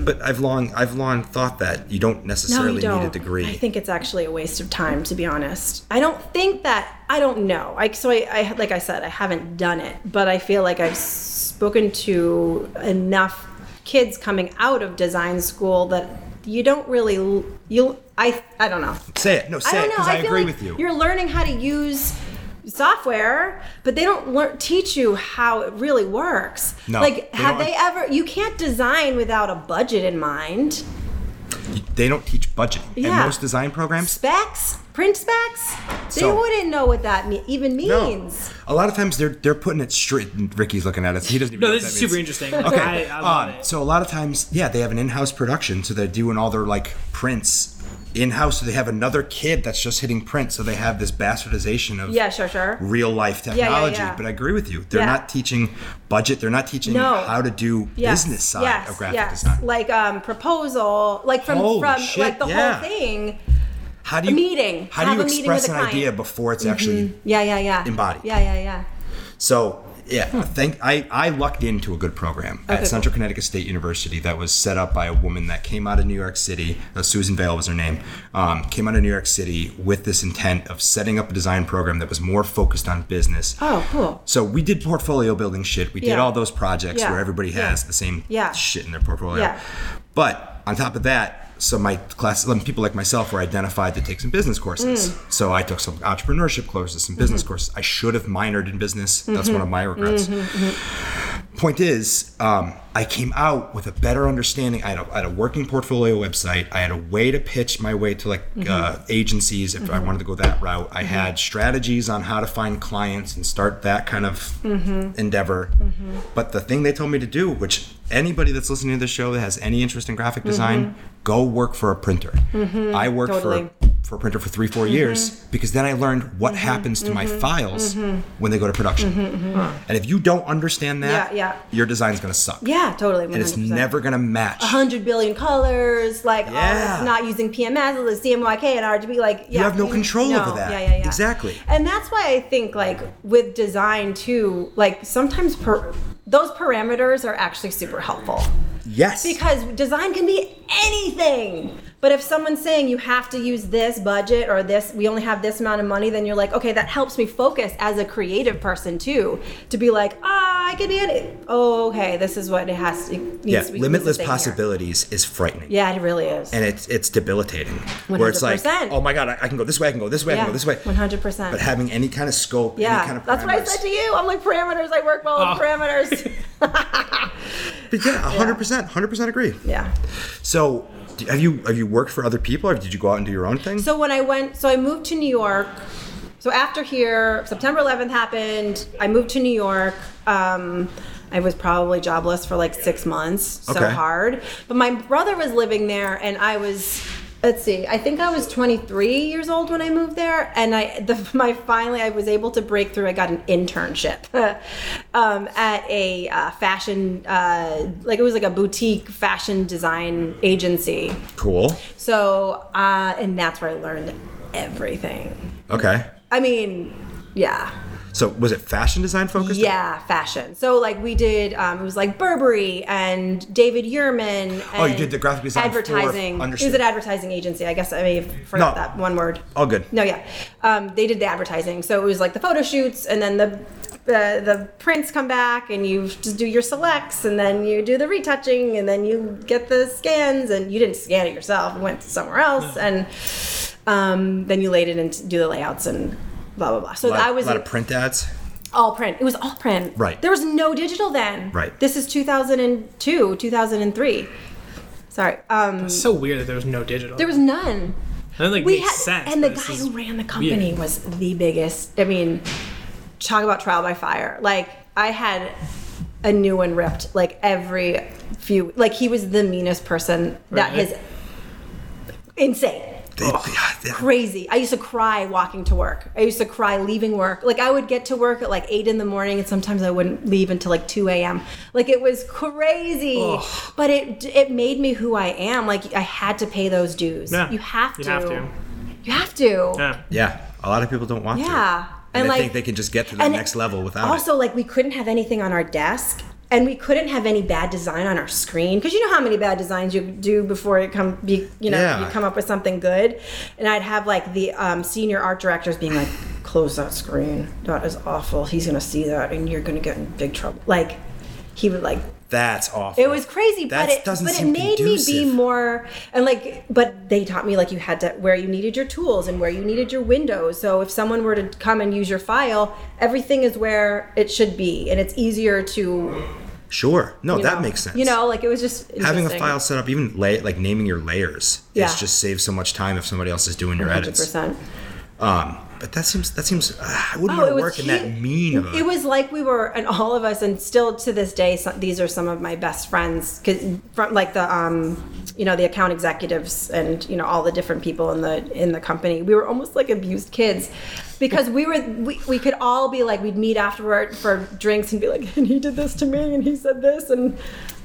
but I've long I've long thought that you don't
No,
necessarily
you don't.
need a degree.
I think it's actually a waste of time, to be honest. I don't think that. I don't know. I so I, I like I said, I haven't done it, but I feel like I've spoken to enough kids coming out of design school that you don't really l- you. I I don't know.
say it. No,
I
say it
don't know.
because I,
feel
agree
like
with you.
You're learning how to use software, but they don't learn, teach you how it really works.
No,
like,
they
have
don't-
they ever? You can't design without a budget in mind.
They don't teach budgeting in
Yeah.
most design programs.
specs, print specs. They
So-
wouldn't know what that me- even
No.
means.
A lot of times they're they're putting it straight. Ricky's looking at us. He doesn't even
No,
know
this
what
is
that
super
means.
interesting.
Okay.
I, I love
um,
it.
So a lot of times, yeah, they have an in-house production, so they're doing all their like prints in-house. So they have another kid that's just hitting print, so they have this bastardization of
Yeah, sure, sure.
real life
yeah,
technology.
yeah.
But I agree with you; they're
Yeah.
not teaching budget. They're not teaching
No.
how to do
Yes,
business side
yes,
of graphic
yes.
design.
Like um, proposal, like from
Holy
from
shit,
like the
yeah.
whole thing.
How do you
meeting.
How do
Have
you
a meeting with
express
a
an
client. Mm-hmm.
idea before it's actually
Yeah, yeah, yeah.
Embodied.
Yeah, yeah, yeah.
So yeah, thank I, I lucked into a good program
Okay,
at Central Connecticut State University that was set up by a woman that came out of New York City. uh, Susan Vale was her name. Um, came out of New York City with this intent of setting up a design program that was more focused on business.
Oh, cool.
So we did portfolio building shit. We did
Yeah.
all those projects
Yeah.
where everybody has
Yeah.
the same
Yeah.
shit in their portfolio.
Yeah.
But on top of that, so my class, some people like myself were identified to take some business courses.
Mm.
So I took some entrepreneurship courses, some
Mm-hmm.
business courses. I should have minored in business. That's one of my regrets. Point is, um, I came out with a better understanding. I had a, I had a working portfolio website. I had a way to pitch my way to like uh, agencies if I wanted to go that route. I had strategies on how to find clients and start that kind of endeavor. But the thing they told me to do, which anybody that's listening to this show that has any interest in graphic design, go work for a printer. I worked
Totally.
for for a printer for three, four years because then I learned what happens to my files when they go to production. And if you don't understand that,
Yeah, yeah.
your design's gonna suck.
Yeah, totally. 100%.
And it's never gonna match.
hundred billion colors. Like, all
Yeah.
this not using PMS, it's CMYK and RGB. Like, yeah,
have no control over that.
Yeah, yeah, yeah.
Exactly.
And that's why I think like with design too. Like sometimes per- those parameters are actually super helpful.
Yes.
Because design can be anything. But if someone's saying you have to use this budget or this, we only have this amount of money, then you're like, okay, that helps me focus as a creative person too, to be like, ah, I can do it. Oh, okay, this is what it has to. it Needs,
yeah,
we can use
limitless
this thing here.
possibilities is frightening.
Yeah, it really is.
And it's it's debilitating. Where it's like,
100%.
oh my god, I, I can go this way, I can go this way, I
yeah,
can go this way.
one hundred percent.
But having any kind of scope,
yeah,
any kind of
that's what I
parameters-
said to you. I'm like parameters. I work well with
Oh.
parameters.
But yeah, hundred percent, hundred percent agree.
yeah.
So, d- have you have you worked for other people, or did you go out and do your own thing?
So when I went, so I moved to New York. So after here, September 11th happened. I moved to New York. Um, I was probably jobless for like six months. So
Okay.
hard. But my brother was living there, and I was. Let's see. I think I was 23 years old when I moved there, and I the, my finally I was able to break through. I got an internship um, at a uh, fashion uh, like it was like a boutique fashion design agency.
cool.
So, uh, and that's where I learned everything.
Okay.
I mean, yeah,
So, was it fashion design focused?
yeah, fashion. So, like, we did, um, it was like Burberry and David Yurman. And
Oh, you did the graphic design for-
advertising. It was
understood.
an advertising agency. I guess I may have forgot
No.
that one word.
All good.
No, yeah, um, they did the advertising. So it was like the photo shoots, and then the. The, the prints come back and you just do your selects and then you do the retouching and then you get the scans and you didn't scan it yourself you went somewhere else and um, then you laid it and do the layouts and blah blah blah. So
lot,
I was
a lot
in-
of print ads.
all print. It was all print.
Right.
There was no digital then.
Right.
This is 2002, 2003. Sorry. Um,
It's so weird that there was no digital.
there was none.
that like
We
makes
had,
sense.
and the
but
guy
it's
who
just-
ran the company was the biggest. I mean, talk about trial by fire. Like I had a new one ripped like every few. Like he was the meanest person. That
Really?
his insane.
They- yeah, yeah.
crazy. I used to cry walking to work. I used to cry leaving work. Like I would get to work at like eight in the morning, and sometimes I wouldn't leave until like two a.m. Like it was crazy, but it it made me who I am. Like I had to pay those dues.
Yeah.
You have to.
You have to.
You have to.
Yeah.
Yeah, a lot of people don't want to.
Yeah.
And,
And,
they
like-
think they can just get to the
And
next level without it.
Also, like we couldn't have anything on our desk. And we couldn't have any bad design on our screen because you know how many bad designs you do before it come be you know
Yeah.
you come up with something good. And I'd have like the um, senior art directors being like, "Close that screen. That is awful. He's gonna see that, and you're gonna get in big trouble." Like he would like
That's awful.
it was crazy,
That
but it,
doesn't
but it
seem
made me be
conducive.
more and like. But they taught me like you had to where you needed your tools and where you needed your windows. So if someone were to come and use your file, everything is where it should be, and it's easier to. you
Sure. No, that
know-
makes sense.
You know, like it was just
having a
interesting.
file set up, even lay, like naming your layers,
Yeah.
it's just saves so much time if somebody else is doing your edits.
100%.
Um, but that seems that seems uh, I wouldn't
Oh, it
want to
was
work in that
huge.
mean. Of a,
It was like we were, and all of us, and still to this day, some, these are some of my best friends. Cause from like the, um, you know, the account executives and you know all the different people in the in the company. We were almost like abused kids, because we were we, we could all be like we'd meet afterward for drinks and be like, and he did this to me, and he said this, and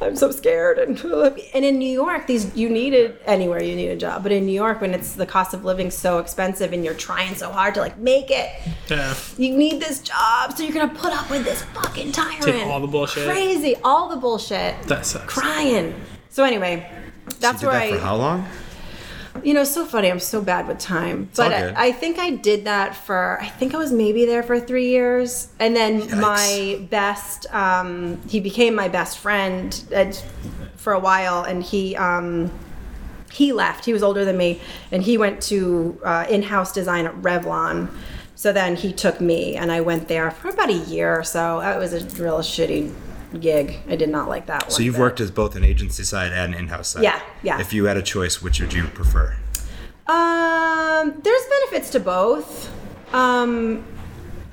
I'm so scared. And and in New York, these you needed anywhere you need a job, but in New York, when it's the cost of living so expensive and you're trying so hard to like make it,
Yeah.
you need this job, so you're gonna put up with this fucking tyrant.
Take all the bullshit.
Crazy, all the bullshit.
That sucks.
Crying. So anyway, that's
you did
where
that for
I.
how long?
You know, it's so funny. I'm so bad with time, but
all good.
I, I think I did that for. I think I was maybe there for three years, and then my best. Um, he became my best friend at, for a while, and he. Um, he left. He was older than me, and he went to uh, in-house design at Revlon. So then he took me, and I went there for about a year or so. That was a real shitty gig. I did not like that one.
So you've worked as both an agency side and an in-house side.
Yeah, yeah.
If you had a choice, which would you prefer?
Um, there's benefits to both. Um,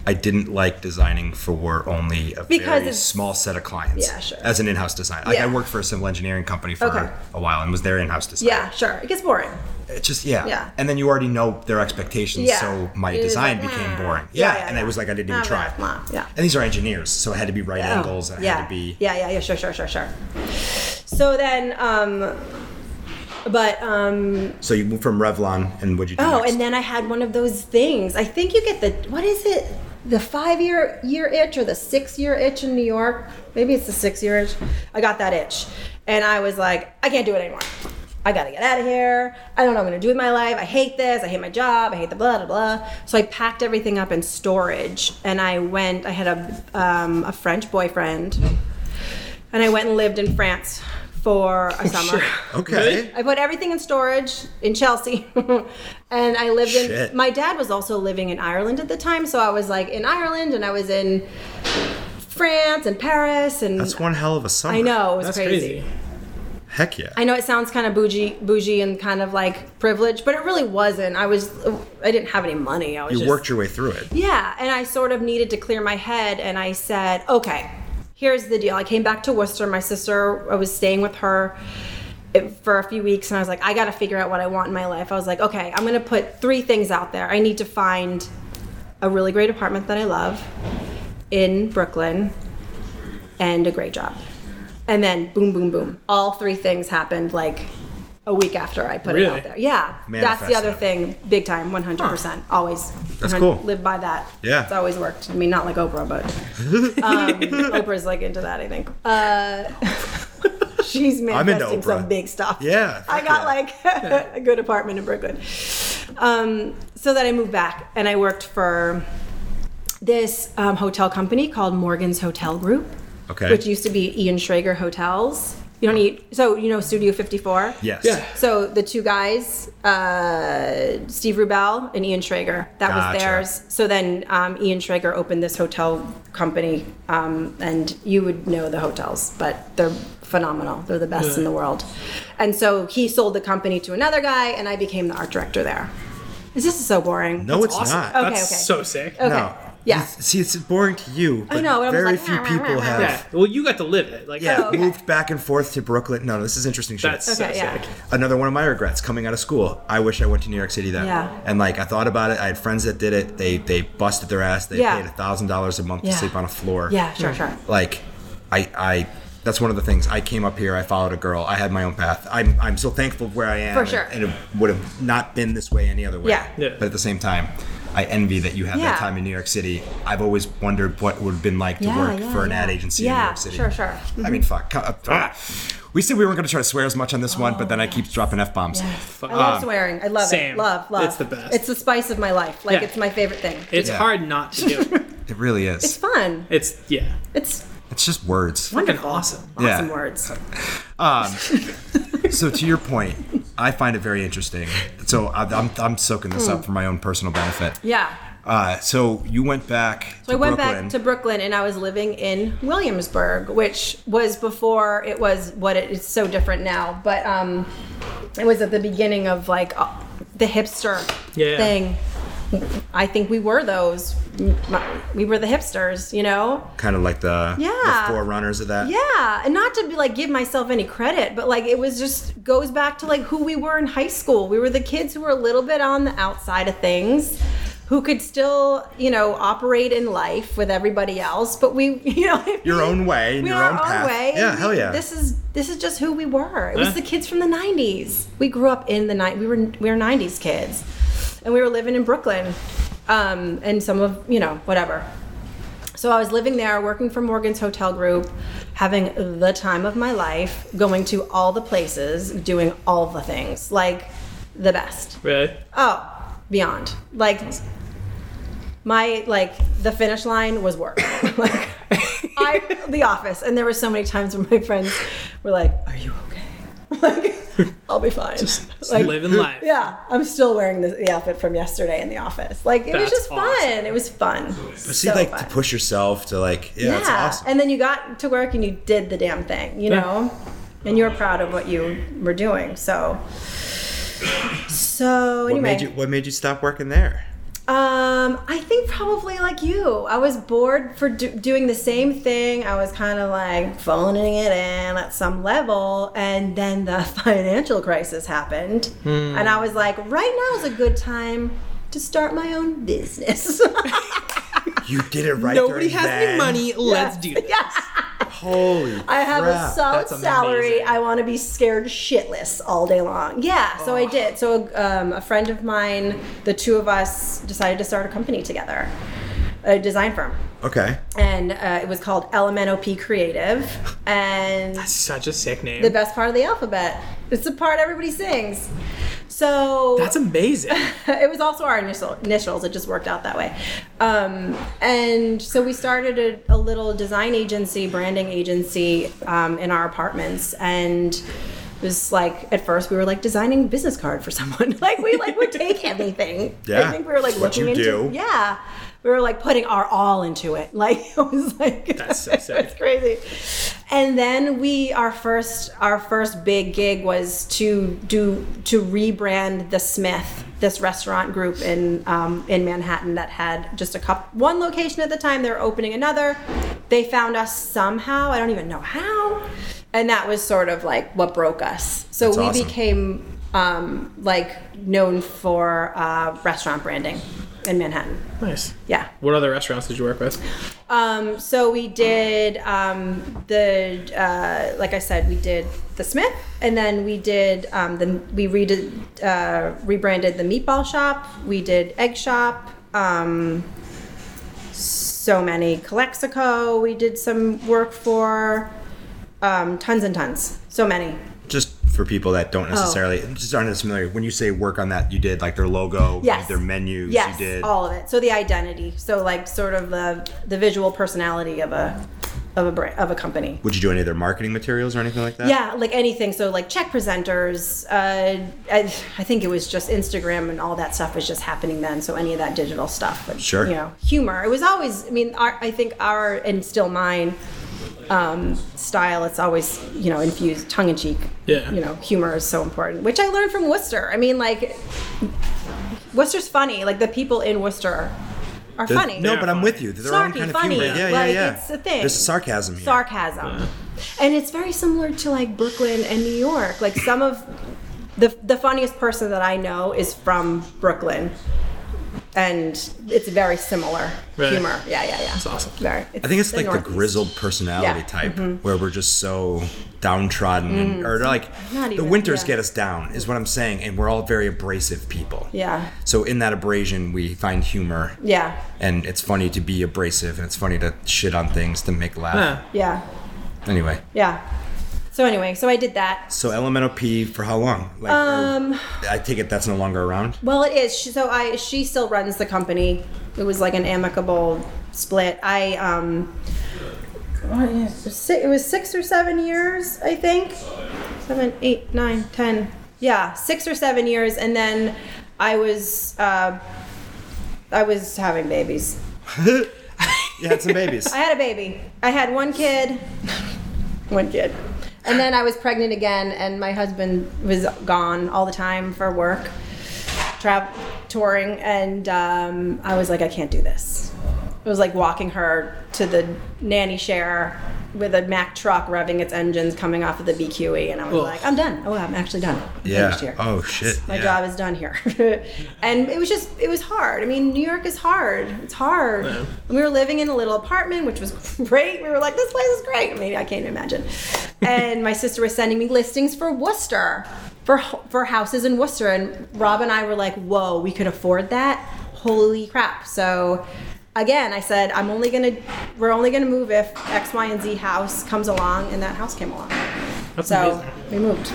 I didn't like designing for only a
Because
very
it's-
small set of clients.
Yeah, sure.
As an in-house designer, like
Yeah.
I worked for a civil engineering company for
Okay.
a while and was their in-house designer.
yeah, sure. It gets boring.
It's just yeah.
Yeah.
And then you already know their expectations,
Yeah.
so my
It is
design
like,
became
nah.
boring.
Yeah,
Yeah,
yeah,
and
yeah.
it was like I didn't
Nah,
even try.
nah, nah, yeah. Oh,
And these are engineers, so it had to be right angles. And it
yeah.
had to be
Yeah, yeah, yeah, sure, sure, sure, sure. So then, um, but um,
So you moved from Revlon, and what'd you do?
Oh,
next?
and then I had one of those things. I think you get the what is it? The five year year itch or the six year itch in New York? Maybe it's the six year itch. I got that itch, and I was like, I can't do it anymore. I gotta get out of here. I don't know what I'm gonna do with my life. I hate this. I hate my job. I hate the blah blah blah. So I packed everything up in storage, and I went. I had a um, a French boyfriend, and I went and lived in France for a summer.
Oh, okay.
I put everything in storage in Chelsea, and I lived
Shit.
in. My dad was also living in Ireland at the time, so I was like in Ireland, and I was in France and Paris, and
That's one hell of a summer.
I know it was
That's
crazy.
crazy.
Heck yeah.
I know it sounds kind of bougie, bougie, and kind of like privileged, but it really wasn't. I was, I didn't have any money. I was
you
just,
worked your way through it.
yeah, and I sort of needed to clear my head, and I said, okay, here's the deal. I came back to Worcester. My sister, I was staying with her it- for a few weeks, and I was like, I got to figure out what I want in my life. I was like, okay, I'm going to put three things out there. I need to find a really great apartment that I love in Brooklyn and a great job. And then boom, boom, boom. All three things happened like a week after I put it
Really?
out there. Yeah. That's the
Manifest
other
that.
thing, big time, 100%. Always.
That's
100
cool.
Live by that.
Yeah.
It's always worked. I mean, not like Oprah, but um, Oprah's like into that, I think. Uh, she's
I'm into
manifesting some
Oprah.
big stuff.
Yeah,
I
fuck
got
yeah.
like a good apartment in Brooklyn. Um, so then I moved back and I worked for this um, hotel company called Morgan's Hotel Group,
Okay.
which used to be Ian Schrager Hotels. You don't eat. So you know Studio 54.
Yes.
Yeah.
So the two guys, uh, Steve Rubell and Ian Schrager, that
Gotcha.
was theirs. So then um, Ian Schrager opened this hotel company, um, and you would know the hotels, but they're phenomenal. They're the best in the world. And so he sold the company to another guy, and I became the art director there. Is this so boring?
No, it's
awesome.
not.
Okay,
That's
okay. Oh.
so sick.
Okay.
No.
Yeah.
It's- See, it's boring to you, but
know, but I was
very
like,
few
"Rah, rah,
people
rah,
have.
rah."
Yeah.
Yeah. Well, you got to live it. Like
okay.
moved back and forth to Brooklyn. No, this is interesting shit.
that's so
Okay, yeah.
sick.
Another one of my regrets coming out of school. I wish I went to New York City then.
Yeah.
And like I thought about it. I had friends that did it. They they busted their ass. They
Yeah.
paid a thousand dollars a month
Yeah.
to sleep on a floor.
Yeah. Sure. Sure.
Like, I I. That's one of the things. I came up here. I followed a girl. I had my own path. I'm, I'm so thankful of where I am.
For sure.
And it would have not been this way any other way.
Yeah.
Yeah.
But at the same time, I envy that you had
Yeah.
that time in New York City. I've always wondered what it would have been like to
Yeah,
work
yeah,
for an
yeah.
ad agency in New
Yeah,
York City.
sure, sure.
I mean, fuck. co- uh, ah. We said we weren't going to try to swear as much on this one, but then I keep dropping f bombs.
I love swearing. I love
Ah, same.
it. Love, love.
It's the best.
It's the spice of my life. Like
Yeah.
it's my favorite thing.
It's
Yeah.
hard not to do. it.
It really is.
It's
It's,
fun.
It's yeah.
It's
just words.
Fucking awesome.
Yeah.
awesome words.
So to your point, I find it very interesting. So I, I'm, I'm soaking this
Hmm.
up for my own personal benefit.
Yeah.
Uh, so you went back.
So I went back to Brooklyn and I was living in Williamsburg, which was before it was what it is so different now. But um, it was at the beginning of like uh, the hipster
Yeah.
thing. I think we were those. We were the hipsters, you know?
kind of like the,
Yeah.
the forerunners of that.
Yeah, and not to be like give myself any credit, but like it was just goes back to like who we were in high school. We were the kids who were a little bit on the outside of things, who could still, you know, operate in life with everybody else, but we, you know,
Your own way and
we
your
were
own
our
path.
way. and
Yeah,
we-
hell yeah.
This is this is just who we were. It
Yeah.
was the kids from the '90s. We grew up in the night. We were we were '90s kids, and we were living in Brooklyn, um, and some of you know whatever. So I was living there, working for Morgan's Hotel Group, having the time of my life, going to all the places, doing all the things, like the best.
Really?
Oh, beyond. Like my like the finish line was work. like I the office and there were so many times when my friends were like, "Are you okay?" Like I'll be fine. like
Living life.
yeah, I'm still wearing the, the outfit from yesterday in the office. Like it was
That's
just fun.
awesome.
It was fun.
But see,
So
like
fun.
to push yourself to like, yeah,
Yeah,
that's awesome.
and then you got to work and you did the damn thing, you
Yeah.
know, and you were proud of what you were doing. So, so
what
anyway,
made you? What made you stop working there?
um, I think probably like you. I was bored for do- doing the same thing. I was kind of like phoning it in at some level, and then the financial crisis happened,
Hmm.
and I was like, right now is a good time to start my own business.
You did it right.
Nobody
there and
has
then.
any money. Let's do this.
Holy.
I have a
crap.
solid
that's
salary.
amazing.
I want to be scared shitless all day long. Yeah, so I did. So um, a friend of mine, the two of us decided to start a company together, a design firm,
Okay.
and uh, it was called LMNOP Creative. And
Such a sick name.
the best part of the alphabet, it's the part everybody sings. So
That's amazing.
it was also our initial, initials. It just worked out that way. Um, and so we started a, a little design agency, branding agency um, in our apartments. And it was like, at first, we were like designing a business card for someone. like, we like would take anything.
Yeah.
I think we were like
It's what
looking
you
into
do.
Yeah. We were like putting our all into it. Like, it was like,
That's so
it's
sick.
crazy. And then we our first our first big gig was to do to rebrand the Smith, this restaurant group in um, in Manhattan that had just a cup one location at the time. They were opening another. They found us somehow. I don't even know how. And that was sort of like what broke us. So
That's
we
awesome.
became um, like known for uh, restaurant branding in Manhattan.
nice.
Yeah.
What other restaurants did you work with?
Um, so we did um, the uh, like I said, we did the Smith, and then we did um, the we redid, uh, rebranded the meatball shop. We did egg shop. Um, so many Calexico. We did some work for um, tons and tons. So many.
Just for people that
Oh.
don't necessarily just aren't as familiar, when you say work on that, you did like their logo,
Yes.
their menus,
Yes,
you did
all of it. So the identity. So like sort of the the visual personality of a of a brand, of a company.
Would you do any of their marketing materials or anything like that?
Yeah, like anything. So like check presenters. Uh, I, I think it was just Instagram and all that stuff was just happening then. So any of that digital stuff. But,
Sure.
You know, humor. It was always. I mean, our, I think our and still mine um, style. It's always you know infused tongue in cheek.
Yeah.
You know, humor is so important, which I learned from Worcester. I mean, like Worcester's funny. Like the people in Worcester are
They're-
funny.
No, but I'm
funny.
with you. They're their own
Snarky,
kind of
funny,
humor. Yeah, yeah,
like,
yeah.
it's a thing.
There's sarcasm here.
sarcasm and it's very similar to like brooklyn and new york like some of the the funniest person that i know is from brooklyn and it's very similar
Really?
humor yeah yeah yeah it's
awesome.
very, it's
I think it's like the
Northeast.
grizzled personality
Yeah. Mm-hmm.
type where we're just so downtrodden and, or like
Mm. Not
the
even,
winters
yeah.
get us down is what I'm saying and we're all very abrasive people.
yeah
So in that abrasion we find humor.
yeah
And it's funny to be abrasive and it's funny to shit on things to make
Huh.
laugh.
yeah
Anyway.
yeah so anyway so i did that
So LMNOP for how long? Like or-
Um,
I take it that's no longer around.
Well, it is. She, so I, she still runs the company. It was like an amicable split. I, um, what is it si- it was six or seven years, I think. Seven, eight, nine, ten. Yeah, six or seven years, and then I was, uh, I was having babies.
You had some babies.
I had a baby. I had one kid, one kid, and then I was pregnant again, and my husband was gone all the time for work, travel, touring, and um, I was like, I can't do this. It was like walking her to the nanny share with a Mack truck revving its engines coming off of the BQE, and I was like, I'm done. Oh, I'm actually done. Finished
yeah.
here
Oh shit.
my
yeah.
job is done here and it was just it was hard i mean new york is hard it's hard and we were living in a little apartment which was great we were like this place is great i mean i can't even imagine and my sister was sending me listings for worcester for for houses in worcester and rob and i were like whoa we could afford that holy crap so again i said i'm only gonna we're only gonna move if x y and z house comes along and that house came along so
amazing.
we moved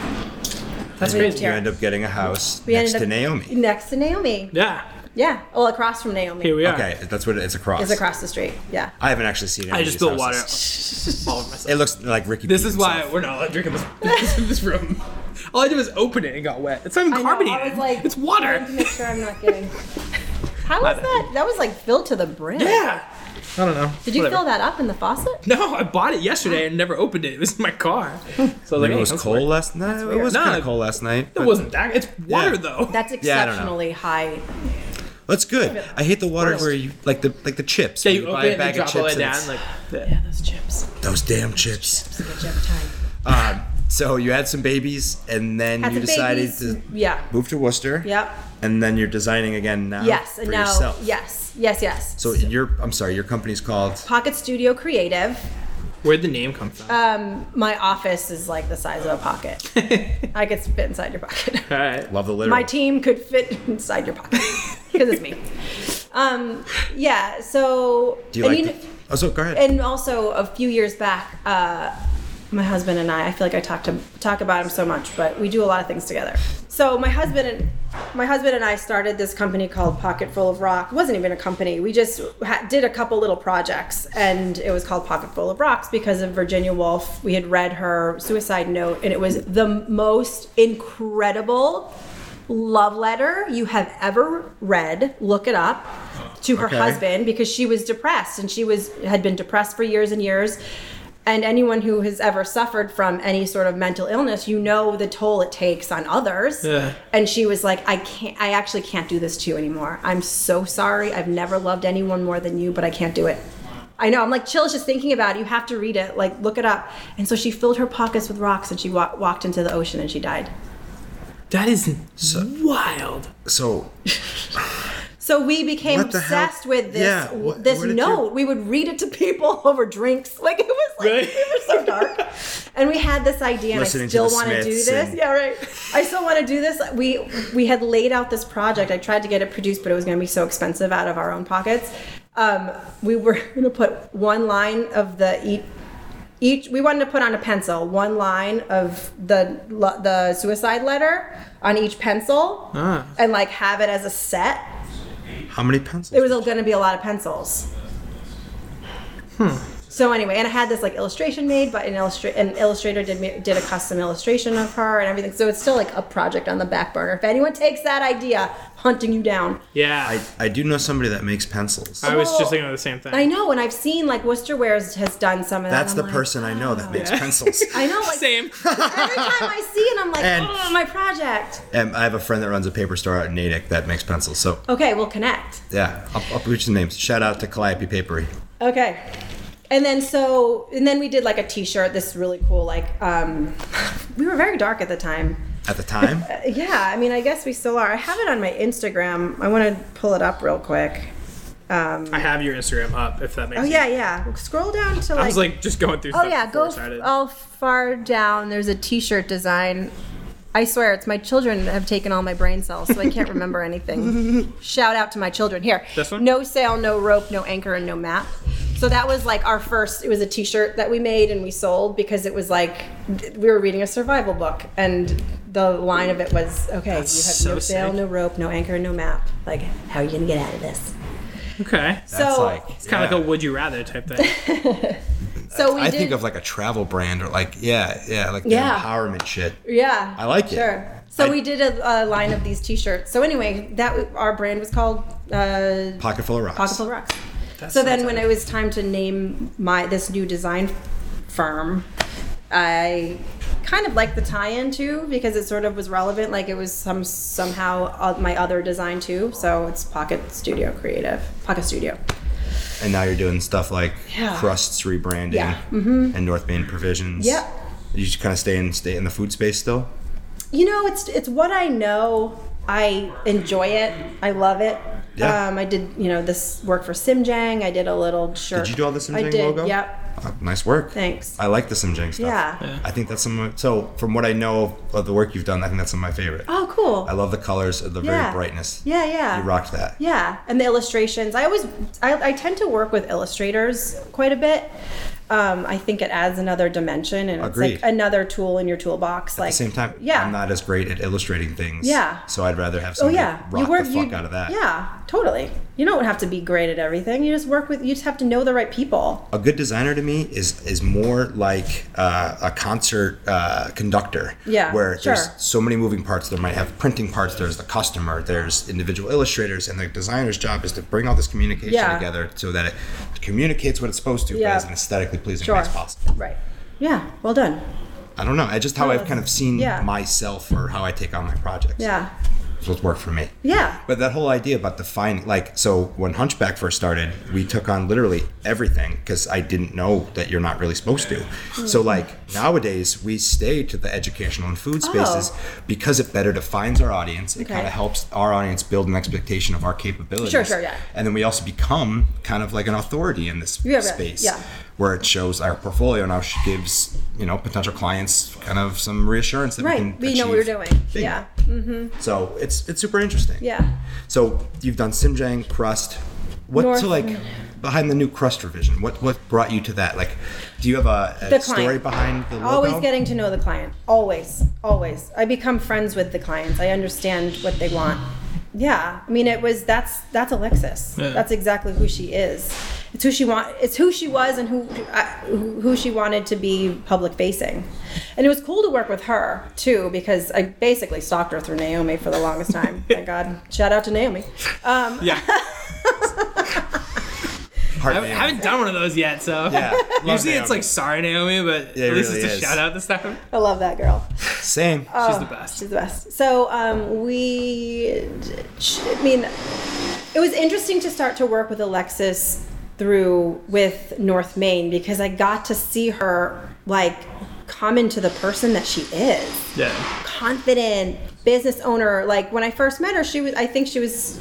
That's
we moved
crazy.
You
here.
end up getting a house
We
next
ended
to
up-
Naomi.
Next to Naomi.
Yeah.
Yeah. Well, across from Naomi.
Here we are. Uh,
Okay, that's what it- it's across.
Is across the street. Yeah.
I haven't actually seen it.
I just spilled water all over myself.
It looks like Ricky.
This
peed
is why
himself.
we're not allowed to drink in this, this, in this room. All I did was open it and got wet. It's not even
I know,
carbonated.
I was like,
it's
I wanted to
water.
make sure I'm not getting. How was that? That was like filled to the brim.
Yeah. I don't know.
Did you
Whatever.
fill that up in the faucet?
No, I bought it yesterday and never opened it. It was in my car. So I was like,
Maybe
hey,
it was
that's
cold
weird.
last night. It
weird.
was
No,
kind
it-
of cold last night.
It
but
wasn't that. It's water
Yeah.
though.
That's
Yeah, I don't know.
exceptionally high.
That's good. I hate the water
Gross.
where you like the like the chips.
yeah,
when
you, open it and you drop all that
and
down.
it's-
Like, yeah.
Yeah, those chips.
those damn chips.
It's a good chip time.
Um, so you had some babies, and then
Had
you
some
decided
babies.
to
Yeah.
move to Worcester.
Yep.
And then you're designing again now.
Yes.
for
And now.
yourself.
Yes. Yes. Yes.
So your I'm sorry, your company's called.
Pocket Studio Creative.
Where'd the name come from?
Um, my office is like the size of a pocket. I could fit inside your pocket.
all right.
Love the literal.
my team could fit inside your pocket because it's me. Um, yeah. So
Do you
and
like?
kn-
the- oh, so go ahead.
and also a few years back, uh, my husband and I. I feel like I talk to talk about him so much, but we do a lot of things together. So my husband and my husband and I started this company called Pocket Full of Rock. It wasn't even a company. We just ha- did a couple little projects, and it was called Pocket Full of Rocks because of Virginia Woolf. We had read her suicide note, and it was the most incredible love letter you have ever read. Look it up to her
Okay.
husband because she was depressed and she was had been depressed for years and years. And anyone who has ever suffered from any sort of mental illness, you know the toll it takes on others.
Yeah.
And she was like, I can't, I actually can't do this to you anymore. I'm so sorry. I've never loved anyone more than you, but I can't do it. I know. I'm like, chill, just thinking about it. You have to read it. Like, look it up. And so she filled her pockets with rocks and she wa- walked into the ocean and she died.
That is wild.
so
So we became
What the hell?
obsessed with this
Yeah, what-
this
where did
note.
you-
We would read it to people over drinks. Like it was like
Really?
it was so dark. and we had this idea and I
Listening to
still
the
want to do
Smiths
this.
and-
Yeah, right. I still want to do this. We we had laid out this project. I tried to get it produced, but it was going to be so expensive out of our own pockets. Um, we were going to put one line of the eat each we wanted to put on a pencil one line of the lo- the suicide letter on each pencil
Ah.
and like have it as a set
how many pencils? Hmm.
there was going to be a lot of pencils So anyway, and I had this like illustration made, but an illustrator an illustrator did me- did a custom illustration of her and everything. So it's still like a project on the back burner. If anyone takes that idea, hunting you down.
Yeah.
I,
I,
I do know somebody that makes pencils.
was just thinking of the same thing.
I know, and I've seen like Worcester Wares has done some of that.
That's
and
the
I'm like,
person I know that makes pencils.
I know, like
Same.
every time I see it, I'm like,
And-
oh, my project.
And I have a friend that runs a paper store out in Natick that makes pencils. So
Okay, we'll connect.
yeah, I'll, I'll reach the names. Shout out to Calliope Papery.
Okay. And then so and then we did like a t-shirt, this really cool like um we were very dark at the time.
At the time,
Yeah, I mean, I guess we still are. I have it on my Instagram. I want to pull it up real quick.
I have your Instagram up if that makes
Oh yeah, yeah. Scroll down to like
I was like just going through
Oh
stuff.
yeah,
before
go
I started.
f- all far down. There's a T-shirt design. I swear, it's my children have taken all my brain cells, so I can't remember anything. Shout out to my children here.
This one?
No sail, no rope, no anchor, and no map. So that was like our first. It was a T-shirt that we made and we sold because it was like th- we were reading a survival book, and the line of it was, "Okay, you have
so
no sail,
sick.
no rope, no anchor, and no map. Like, how are you gonna get out of this?"
Okay.
that's
so,
like
It's kind of like a would you rather type thing.
so we
I
did.
think of like a travel brand or like yeah, yeah, like the
Yeah.
empowerment shit.
Yeah.
I like it.
Sure. So
I-
we did a, a line of these T-shirts. So anyway, that w- our brand was called uh,
Pocket full of rocks.
Pocketful Rocks. so then, when it was time to name my this new design firm, I kind of liked the tie-in too because it sort of was relevant. Like it was some somehow uh, my other design too. So it's Pocket Studio Creative, Pocket Studio.
And now you're doing stuff like
Yeah.
crusts rebranding
Yeah. Mm-hmm.
and North Main Provisions.
Yep.
You just kind of stay in stay in the food space still.
you know it's it's what i know i enjoy it i love it
Yeah.
um, i did you know this work for simjang i did a little shirt
Did you do all the Simjang
i did
logo?
yep
Uh, nice work.
thanks
I like the Simjang stuff.
Yeah. Yeah.
I think that's some. of my- So from what I know of the work you've done, I think that's some of my favorite.
oh cool
I love the colors, the
Yeah.
very brightness.
yeah yeah
You rocked that.
Yeah, and the illustrations. I always, I, I tend to work with illustrators quite a bit. Um, I think it adds another dimension, and
Agreed.
it's like another tool in your toolbox. like
At the same time,
yeah,
I'm not as great at illustrating things.
Yeah.
So I'd rather have
Oh
somebody
yeah,
rock the fuck out of that.
Yeah, totally. You don't have to be great at everything. You just work with. You just have to know the right people.
a good designer to me is is more like uh, a concert uh, conductor.
Yeah,
Where
sure.
there's so many moving parts. There might have printing parts. There's the customer. There's individual illustrators, and the designer's job is to bring all this communication
Yeah.
together so that it communicates what it's supposed to,
Yeah.
but as an aesthetically pleasing
Sure.
way as possible.
Right. Yeah. Well done.
I don't know. I just how I've kind of seen
yeah.
myself or how I take on my projects.
Yeah.
It's what's worked for me.
Yeah.
But that whole idea about defining, like, so when Hunchback first started, we took on literally everything because I didn't know that you're not really supposed to.
Hmm.
So, like, nowadays we stay to the educational and food spaces
Oh.
because it better defines our audience. It
Okay.
kind of helps our audience build an expectation of our capabilities.
Sure, sure, yeah.
And then we also become kind of like an authority in this
Yeah, right,
space
yeah.
where it shows our portfolio now gives, you know, potential clients kind of some reassurance that we
Right.
can
We know what we're
achieve
doing.
big.
Yeah.
So it's it's super interesting.
Yeah.
So you've done Simjang, Crust. What
North-
to like behind the new Crust revision? What what brought you to that? Like, do you have a, a
The
story
client.
behind the logo?
Always getting to know the client. Always. Always. I become friends with the clients. I understand what they want. Yeah. I mean, it was that's that's Alexis. That's exactly who she is. It's who she want. It's who she was and who uh, who who she wanted to be public facing. And it was cool to work with her too because I basically stalked her through Naomi for the longest time. Thank God. Shout out to Naomi.
yeah.
Hard
I
name.
haven't done one of those yet, so
Yeah, love
usually it's
Naomi.
like sorry Naomi, but
it
at least
really
it's a
is.
shout out this time.
I love that girl.
same.
She's the best.
She's the best. So um, we, I mean, it was interesting to start to work with Alexis through with North Main because I got to see her like come into the person that she is
Yeah.
confident business owner. Like when I first met her, she was I think she was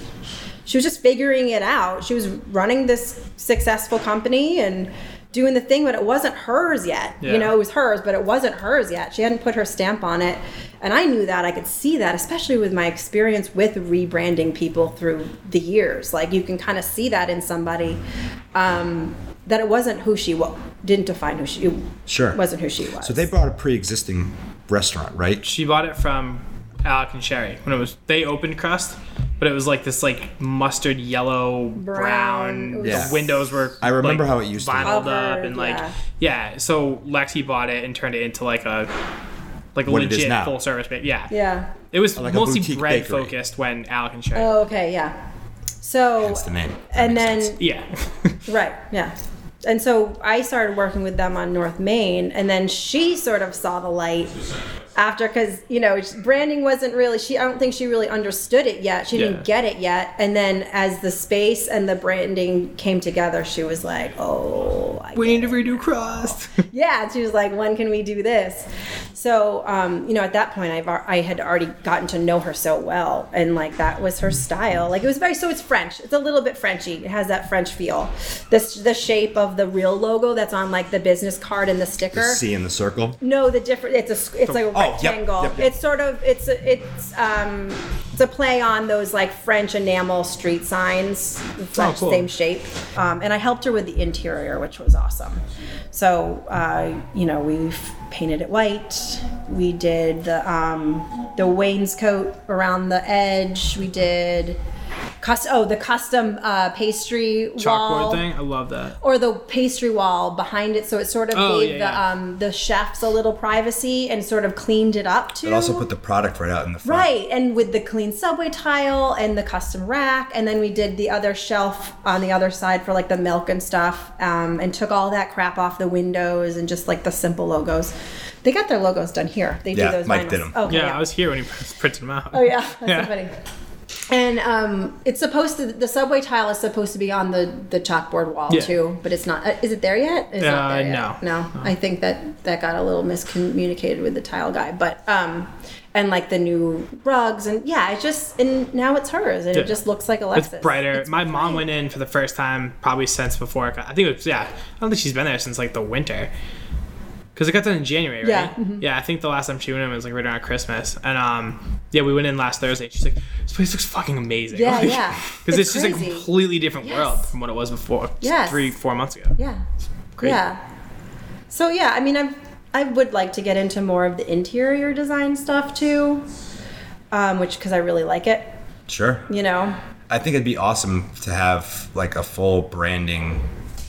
she was just figuring it out. She was running this successful company and doing the thing, but it wasn't hers yet.
Yeah.
You know, it was hers, but it wasn't hers yet. She hadn't put her stamp on it. And I knew that. I could see that, especially with my experience with rebranding people through the years. Like you can kind of see that in somebody. Um, that it wasn't who she was, didn't define who she
Sure.
wasn't who she was.
So they bought a pre-existing restaurant, right?
She bought it from Alec and Sherry when it was they opened Crust but it was like this like mustard yellow
Brown.
brown.
It was
the
Yeah.
windows were
I remember
like,
how it used to be.
vinyled up
Covered,
and like
yeah.
yeah. So Lexi bought it and turned it into like a like a
What it is
legit
now.
full service. ba- Yeah.
Yeah.
It was
Like a
mostly
boutique
bread
bakery.
focused when Alec and Shay.
Oh, okay. Yeah. So
That's the name. That
and
makes
then
sense.
yeah.
right. Yeah. And so I started working with them on North Main, and then she sort of saw the light after, because you know branding wasn't really. She I don't think she really understood it yet. She
Yeah.
didn't get it yet. And then as the space and the branding came together, she was like, "Oh, I
we need to redo crust.
yeah and she was like when can we do this so um, you know at that point I've, al- i had already gotten to know her so well and like that was her style like it was very so it's french it's a little bit frenchy it has that french feel this the shape of the real logo that's on like the business card and the sticker
See in the circle.
no, the different. It's a. s- It's like a
yep,
rectangle.
yep, yep.
It's sort of. It's a, it's um. It's a play on those like French enamel street signs, the French,
cool.
same shape. Um, and I helped her with the interior, which was awesome. So uh, you know, we painted it white. We did the um, the wainscot around the edge. We did. Cust- oh, the custom uh, pastry
Chalkboard
wall
thing. I love that.
or the pastry wall behind it, so it sort of
Oh,
gave
yeah,
the
yeah.
um the chefs a little privacy and sort of cleaned it up too.
It also put the product right out in the front.
right, and with the clean subway tile and the custom rack, and then we did the other shelf on the other side for like the milk and stuff, um, and took all that crap off the windows and just like the simple logos. They got their logos done here. They
Yeah,
do those.
Mike
vinyls.
did 'em.
Okay,
Yeah, I was here when he printed them out.
Oh yeah, that's
Yeah.
so funny. And um, it's supposed to the subway tile is supposed to be on the the chalkboard wall
Yeah.
too, but it's not. uh, Is it there yet? It's not
Uh,
there yet.
no.
no. I think that that got a little miscommunicated with the tile guy, but um, and like the new rugs and yeah, it's just and now it's hers and
Yeah.
it just looks like
It's
Alexis.
brighter. My mom went in for the first time probably since before. I think it was yeah. I don't think she's been there since like the winter. Cause it got done in January, right?
Yeah, mm-hmm.
Yeah, I think the last time she went in was like right around Christmas, and um, yeah, we went in last Thursday. She's like, "This place looks fucking amazing."
Yeah, yeah.
Because
It's
it's, just
crazy.
a completely different world
Yes.
from what it was before.
Yes.
Three, four months ago.
Yeah.
Great.
Yeah. So yeah, I mean, I I would like to get into more of the interior design stuff too, um, which because I really like it,
Sure.
you know.
I think it'd be awesome to have like a full branding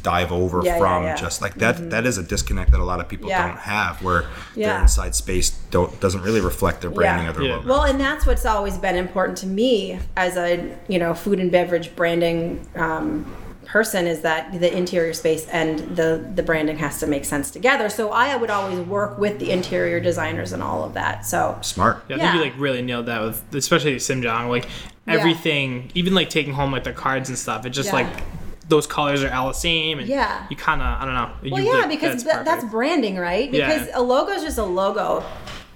dive over
Yeah, yeah,
from
yeah. Mm-hmm.
just like that. that is a disconnect that a lot of people
Yeah.
don't have where
Yeah.
their inside space don't doesn't really reflect their branding
Yeah.
of their
Yeah.
logo.
Well, and that's what's always been important to me as a you know food and beverage branding um, person is that the interior space and the the branding has to make sense together. So I would always work with the interior designers and all of that. So
Smart.
Yeah, I think you
Yeah.
like really nailed that with especially Simjong. Like everything, even like taking home like the cards and stuff. It just
Yeah.
like those colors are all the same, and
Yeah.
you kind of I don't know.
well,
you,
yeah,
like,
because that's, that's
perfect.
branding, right?
Yeah.
Because a logo is just a logo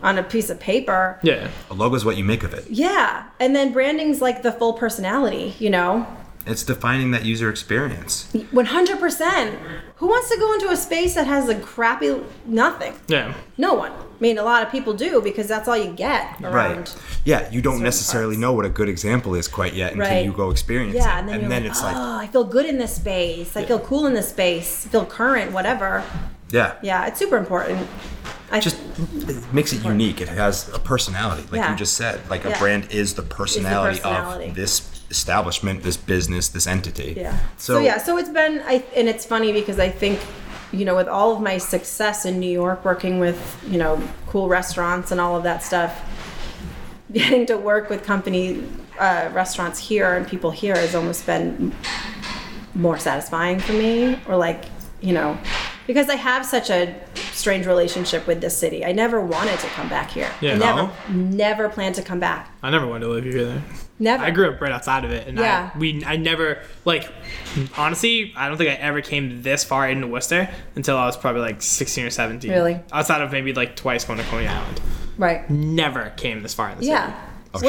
on a piece of paper.
yeah.
A logo is what you make of it.
Yeah, and then branding's like the full personality, you know.
It's defining that user experience.
One hundred percent. Who wants to go into a space that has a crappy nothing?
Yeah.
No one. I mean, a lot of people do because that's all you get around.
Right. Yeah, you don't necessarily
parts.
know what a good example is quite yet until
Right.
you go experience
Yeah,
it.
and then, you're like,
it's like,
oh, I feel good in this space. I feel cool in this space. I feel current, whatever.
yeah,
Yeah, it's super important. I
just it makes it unique. It has a personality, like
Yeah.
you just said. Like
Yeah.
a brand is the personality,
personality.
of this establishment, this business, this entity.
yeah. So,
So,
yeah, so it's been I and it's funny because I think you know with all of my success in New York working with, you know, cool restaurants and all of that stuff, getting to work with company uh, restaurants here and people here has almost been more satisfying for me or like you know because i have such a strange relationship with this city i never wanted to come back here I
Yeah.
never never planned to come back
I never wanted to live here either.
never
I grew up right outside of it, and
Yeah.
I we I never like honestly I don't think I ever came this far into Worcester until I was probably like sixteen or seventeen.
Really?
Outside of maybe like twice going to Coney Island,
right
never came this far in the
yeah
city.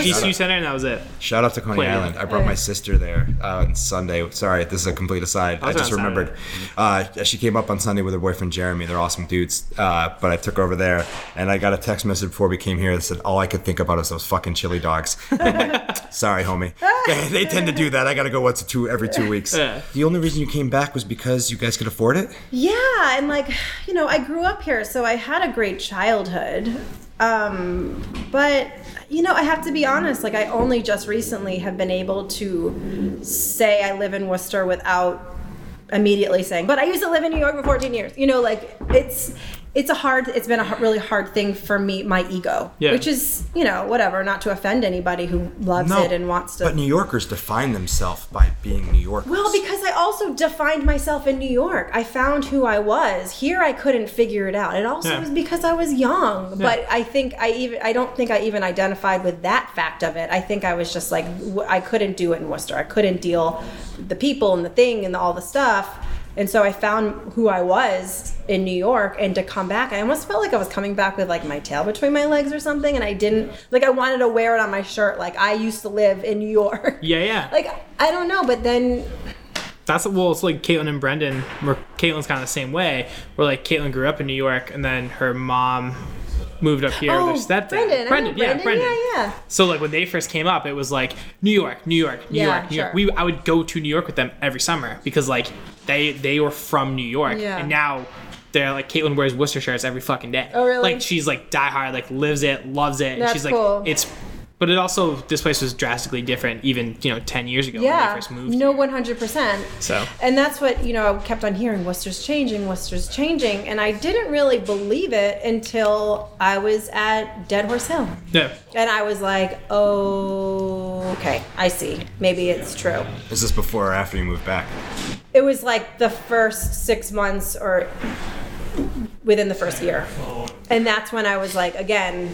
shout
GCU
out.
Center, and that was it.
Shout out to Coney
Play it.
Island. I brought my sister there uh, on Sunday. Sorry, this is a complete aside. I
was
just
on Saturday.
remembered. Uh, she came up on Sunday with her boyfriend Jeremy. They're awesome dudes. Uh, but I took her over there, and I got a text message before we came here that said all I could think about is those fucking chili dogs. I'm like, Sorry, homie. They, they tend to do that. I gotta go once or two every two weeks.
Yeah.
The only reason you came back was because you guys could afford it.
yeah and like you know i grew up here so i had a great childhood um but you know, I have to be honest. Like, I only just recently have been able to say I live in Worcester without immediately saying, "But I used to live in New York for 14 years." You know, like it's it's a hard. It's been a h- really hard thing for me, my ego,
Yeah.
which is you know whatever, not to offend anybody who loves
No,
it and wants to.
But New Yorkers define themselves by being New Yorkers.
Well, because I also defined myself in New York. I found who I was. Here I couldn't figure it out. It also
Yeah.
was because I was young. But I think I even I don't think I even identified with that fact of it. I think I was just like w- I couldn't do it in Worcester. I couldn't deal with the people and the thing and all the stuff. And so I found who I was in New York and to come back, I almost felt like I was coming back with like my tail between my legs or something and I didn't like I wanted to wear it on my shirt like I used to live in New York.
Yeah, yeah.
Like I don't know, but then
That's well, it's like Caitlin and Brendan. Where Caitlin's kind of the same way. Where like Caitlin grew up in New York, and then her mom moved up here
Oh,
with her stepdad.
Brendan, I know Brendan. Yeah, yeah.
So like when they first came up, it was like New York, New York, New
Yeah,
York, New
sure.
York. We I would go to New York with them every summer because like they they were from New York,
Yeah.
and now. They're like Caitlin wears Worcester shirts every fucking day.
Oh, really?
Like she's like diehard, like lives it, loves it, and
That's
she's like
cool.
it's. But it also this place was drastically different, even you know ten years ago when
yeah,
they first moved.
no,
here.
one hundred percent.
So.
and that's what you know. I kept on hearing Worcester's changing, Worcester's changing, and I didn't really believe it until I was at Dead Horse Hill,
Yeah.
and I was like, "Oh, okay, I see. Maybe it's true."
is this before or after you moved back?
It was like the first six months, or within the first year, and that's when I was like, again,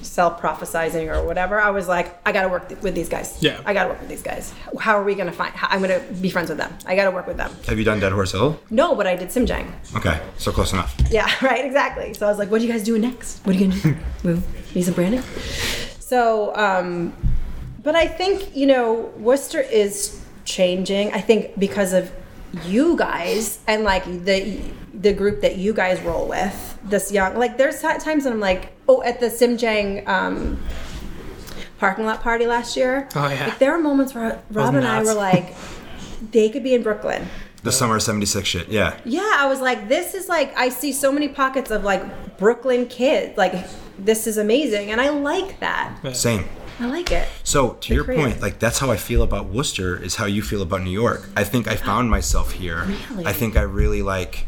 self prophesizing or whatever. I was like, I got to work th- with these guys.
Yeah.
I got to work with these guys. How are we gonna find? How, I'm gonna be friends with them. I got to work with them.
Have you done Dead Horse Hill?
No, but I did Simjang.
Okay, so close enough.
Yeah, right, exactly. So I was like, what are you guys doing next? What are you gonna do? Move, meet some Brandon? So, um, but I think, you know, Worcester is changing. I think because of you guys and like the the group that you guys roll with, this young, like there's ti- times when I'm like, oh, at the Simjang, um, parking lot party last year.
Oh, yeah.
Like, there are moments where Rob and I
nuts.
were like, they could be in Brooklyn.
The summer of 76 shit, yeah.
Yeah, I was like, this is like, I see so many pockets of like Brooklyn kids. Like, this is amazing. And I like that.
Same.
I like it.
So to your
creative.
point, like that's how I feel about Worcester is how you feel about New York. I think I found myself here.
Really?
I think I really like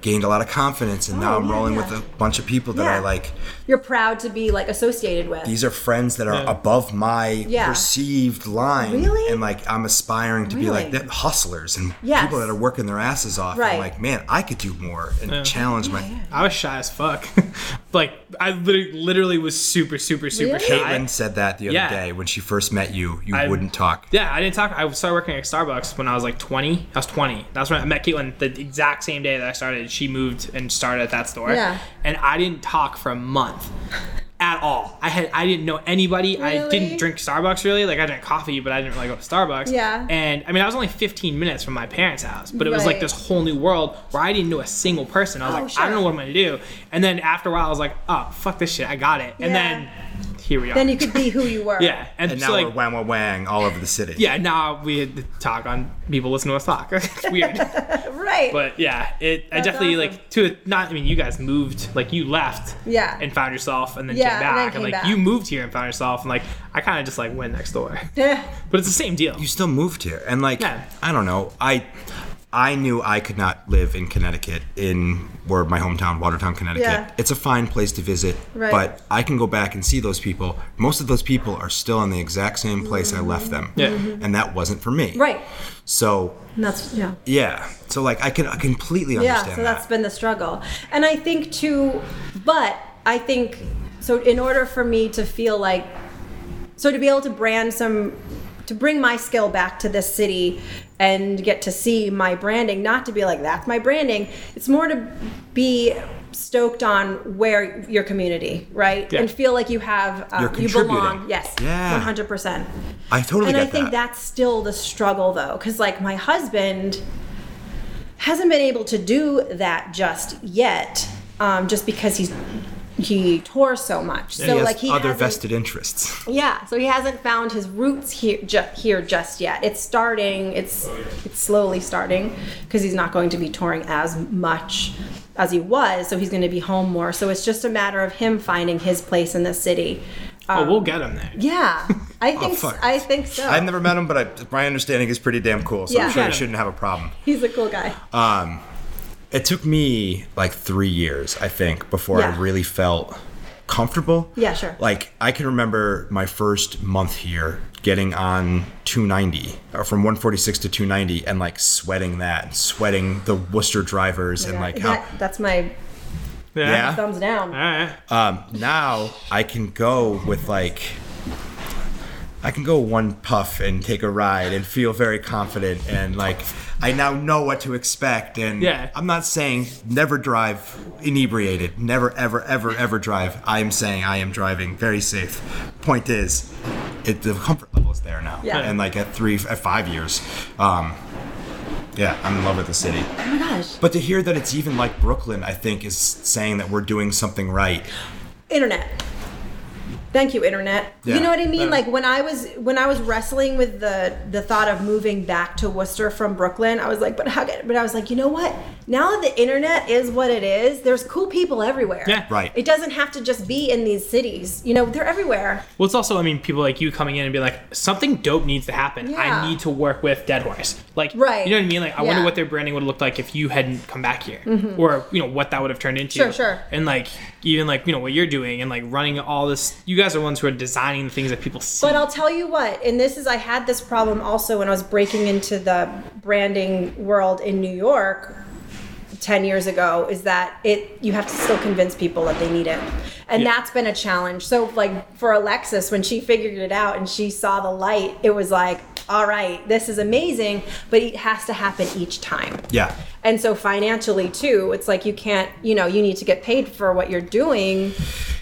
gained a lot of confidence and now I'm
Oh, yeah,
rolling
yeah.
with a bunch of people that
Yeah.
I like
You're proud to be like associated with.
these are friends that are
Yeah.
above my
Yeah.
perceived line.
Really?
And like I'm aspiring to be like
Really?
that hustlers and
Yes.
people that are working their asses off.
Right.
I'm like, man, I could do more and challenge my
I was shy as fuck. like I literally, literally was super, super, super
Really?
shy.
Caitlin said that the other
Yeah.
day when she first met you, you
I-
wouldn't talk.
Yeah, I didn't talk. I started working at Starbucks when I was like 20. I was 20. That's when I met Caitlin the exact same day that I started. She moved and started at that store.
Yeah.
And I didn't talk for a month at all. I had I didn't know anybody. I
Really?
didn't drink Starbucks really. Like I drank coffee, but I didn't really go to Starbucks.
Yeah.
And I mean, I was only 15 minutes from my parents' house, but it was like
Right.
this whole new world where I didn't know a single person. I was
Oh,
like,
sure.
I don't know what I'm gonna do. And then after a while, I was like, oh fuck this shit, I got it. And
Yeah.
then here we are.
Then you could be who you were.
yeah. And,
And
so,
now
like,
we're wham wham wang all over the city.
yeah, now we had to talk on people listen to us talk. it's weird,
Right.
but yeah, it. I
That's
definitely
awesome.
like to not. I mean, you guys moved, like you left,
Yeah.
and found yourself, and then
Yeah,
came
and then
back, and,
came
like
back.
you moved here and found yourself, and like I kind of just like went next door,
Yeah.
but it's the same deal.
You still moved here. And like
Yeah.
I don't know. I I knew I could not live in Connecticut in where my hometown, Watertown, Connecticut.
Yeah.
It's a fine place to visit,
Right.
but I can go back and see those people. Most of those people are still in the exact same place I left them.
Yeah. Mhm.
And that wasn't for me.
Mm-hmm. right.
So
And that's, yeah.
yeah. So like I can I completely
Yeah,
understand
so
that.
that's been the struggle. And I think too, but I think so in order for me to feel like so to be able to brand some to bring my skill back to this city and get to see my branding, not to be like that's my branding. It's more to be stoked on where your community, right?
Yeah.
And feel like you have um,
You're
you belong.
contributing.
Yes.
Yeah.
100%
I totally
and
get
I think
that.
that's still the struggle though, because like my husband hasn't been able to do that just yet, um, just because he's he tours so much. so
he has
like he
other
hasn't-
vested interests.
yeah, so he hasn't found his roots here ju- here just yet. It's starting. It's it's slowly starting because he's not going to be touring as much as he was. So he's going to be home more. So it's just a matter of him finding his place in the city.
oh, we'll get him there.
Yeah, I think
Oh, fuck.
I think so.
I've never met him, but I, my understanding is pretty damn cool. So
Yeah.
I'm sure
Yeah.
I shouldn't have a problem.
He's a cool guy.
It took me like three years, I think, before
Yeah.
I really felt comfortable.
Yeah, sure.
Like I can remember my first month here getting on 290 or from 146 to 290 and like sweating that, sweating the Worcester drivers and
Yeah,
like how
that, that's my
yeah.
thumbs down.
Ah.
All right.
now I can go with like I can go one puff and take a ride and feel very confident and like I now know what to expect and
Yeah.
I'm not saying never drive inebriated never ever ever ever drive I am saying I am driving very safe point is it the comfort level is there now
Yeah.
and like at 3 at 5 years um yeah I'm in love with the city
Oh my gosh,
but to hear that it's even like Brooklyn I think is saying that we're doing something right
internet. Thank you, internet.
Yeah.
You know what I mean? Like when I was when I was wrestling with the the thought of moving back to Worcester from Brooklyn, I was like, but how? Can, but I was like, you know what? Now that the internet is what it is, there's cool people everywhere.
Yeah.
Right.
It doesn't have to just be in these cities. You know, they're everywhere.
Well, it's also, I mean, people like you coming in and being like, something dope needs to happen.
Yeah.
I need to work with Dead Horse. Like,
Right.
you know what I mean? Like, I wonder
Yeah. Mm-hmm.
what their branding would have looked like if you hadn't come back here. Or, you know, what that would have turned into.
Sure, sure.
And, like, even, like, you know, what you're doing and, like, running all this. You guys are ones who are designing the things that people see.
But uh, I'll tell you what, and this is I had this problem also when I was breaking into the branding world in New York 10 years ago is that it you have to still convince people that they need it. And
Yeah.
that's been a challenge. So like for Alexis when she figured it out and she saw the light, it was like, all right, this is amazing, but it has to happen each time.
yeah
And so financially too, it's like you can't, you know, you need to get paid for what you're doing.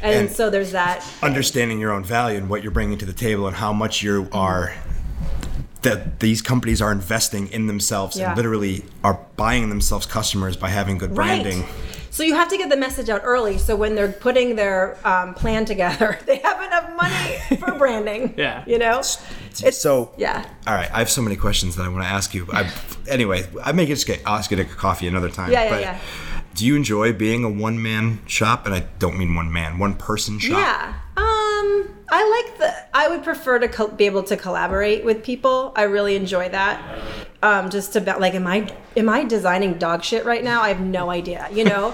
and
And-
so there's that
understanding your own value and what you're bringing to the table and how much you are that these companies are investing in themselves
Yeah.
and literally are buying themselves customers by having good branding.
Right. So you have to get the message out early. So when they're putting their um, plan together, they have enough money for branding.
Yeah.
You know.
so
yeah.
All right, I have so many questions that I want to ask you. but I, anyway, I may just get ask you to coffee another time.
Yeah, yeah,
but
yeah.
Do you enjoy being a one man shop? And I don't mean one man, one person shop.
Yeah. Um, I like the. I would prefer to co- be able to collaborate with people. I really enjoy that. Um, just about like, am I am I designing dog shit right now? I have no idea. You know,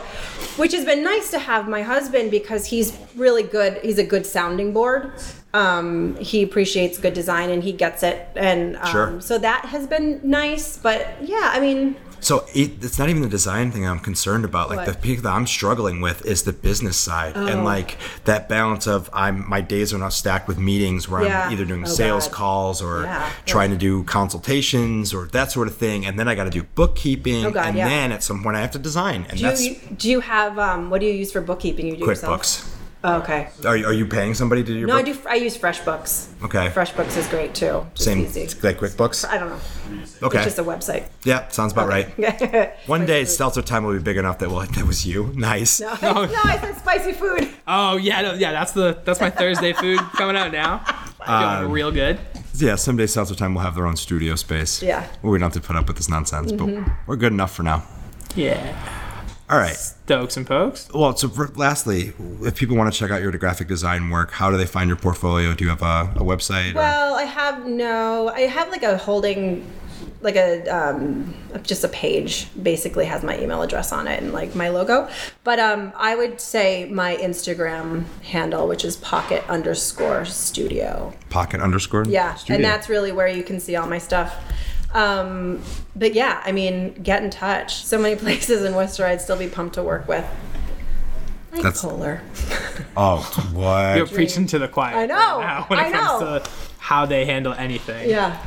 which has been nice to have my husband because he's really good. He's a good sounding board. Um, he appreciates good design and he gets it. And um,
Sure.
so that has been nice. But yeah, I mean,
So it, it's not even the design thing I'm concerned about. Like the
What? Oh.
peak that I'm struggling with is the business side and like that balance of I'm my days are now stacked with meetings where
Yeah.
I'm either doing
Oh,
sales
God.
calls or
Yeah.
trying to do consultations or that sort of thing, and then I got to do bookkeeping,
Oh, God,
and
yeah.
then at some point I have to design, and
do
that's
you, do you have um, what do you use for bookkeeping? You do yourself?
QuickBooks.
Oh, okay.
Are, you- are you paying somebody to do your
No, I
book?
do. I use FreshBooks.
Okay.
FreshBooks is great too. Just
Same
Easy.
like QuickBooks.
I don't know.
okay.
It's just a website.
yeah, sounds about right. One day, Stelter time will be big enough that well, that was you. Nice.
no, I said spicy food.
Oh, yeah. No, yeah, that's the that's my Thursday food coming out now. Feeling
Um,
real good.
Yeah, someday Seltzer Time will have their own studio space.
Yeah. Mm-hmm.
Where we don't have to put up with this nonsense, but we're good enough for now.
Yeah.
All right.
Dokes and pokes.
Well, so for, lastly, if people want to check out your graphic design work, how do they find your portfolio? Do you have a, a website? or-
Well, I have no. I have like a holding, like a um, just a page. Basically, has my email address on it and like my logo. But um, I would say my Instagram handle, which is pocket underscore studio.
Pocket underscore?
Yeah,
studio.
and that's really where you can see all my stuff. Um, but yeah, I mean, get in touch. So many places in Worcester I'd still be pumped to work with. Like
That's-
Polar.
Oh,
You're
what?
preaching to the choir.
I know,
right now when it
I
comes
know.
to how they handle anything.
Yeah.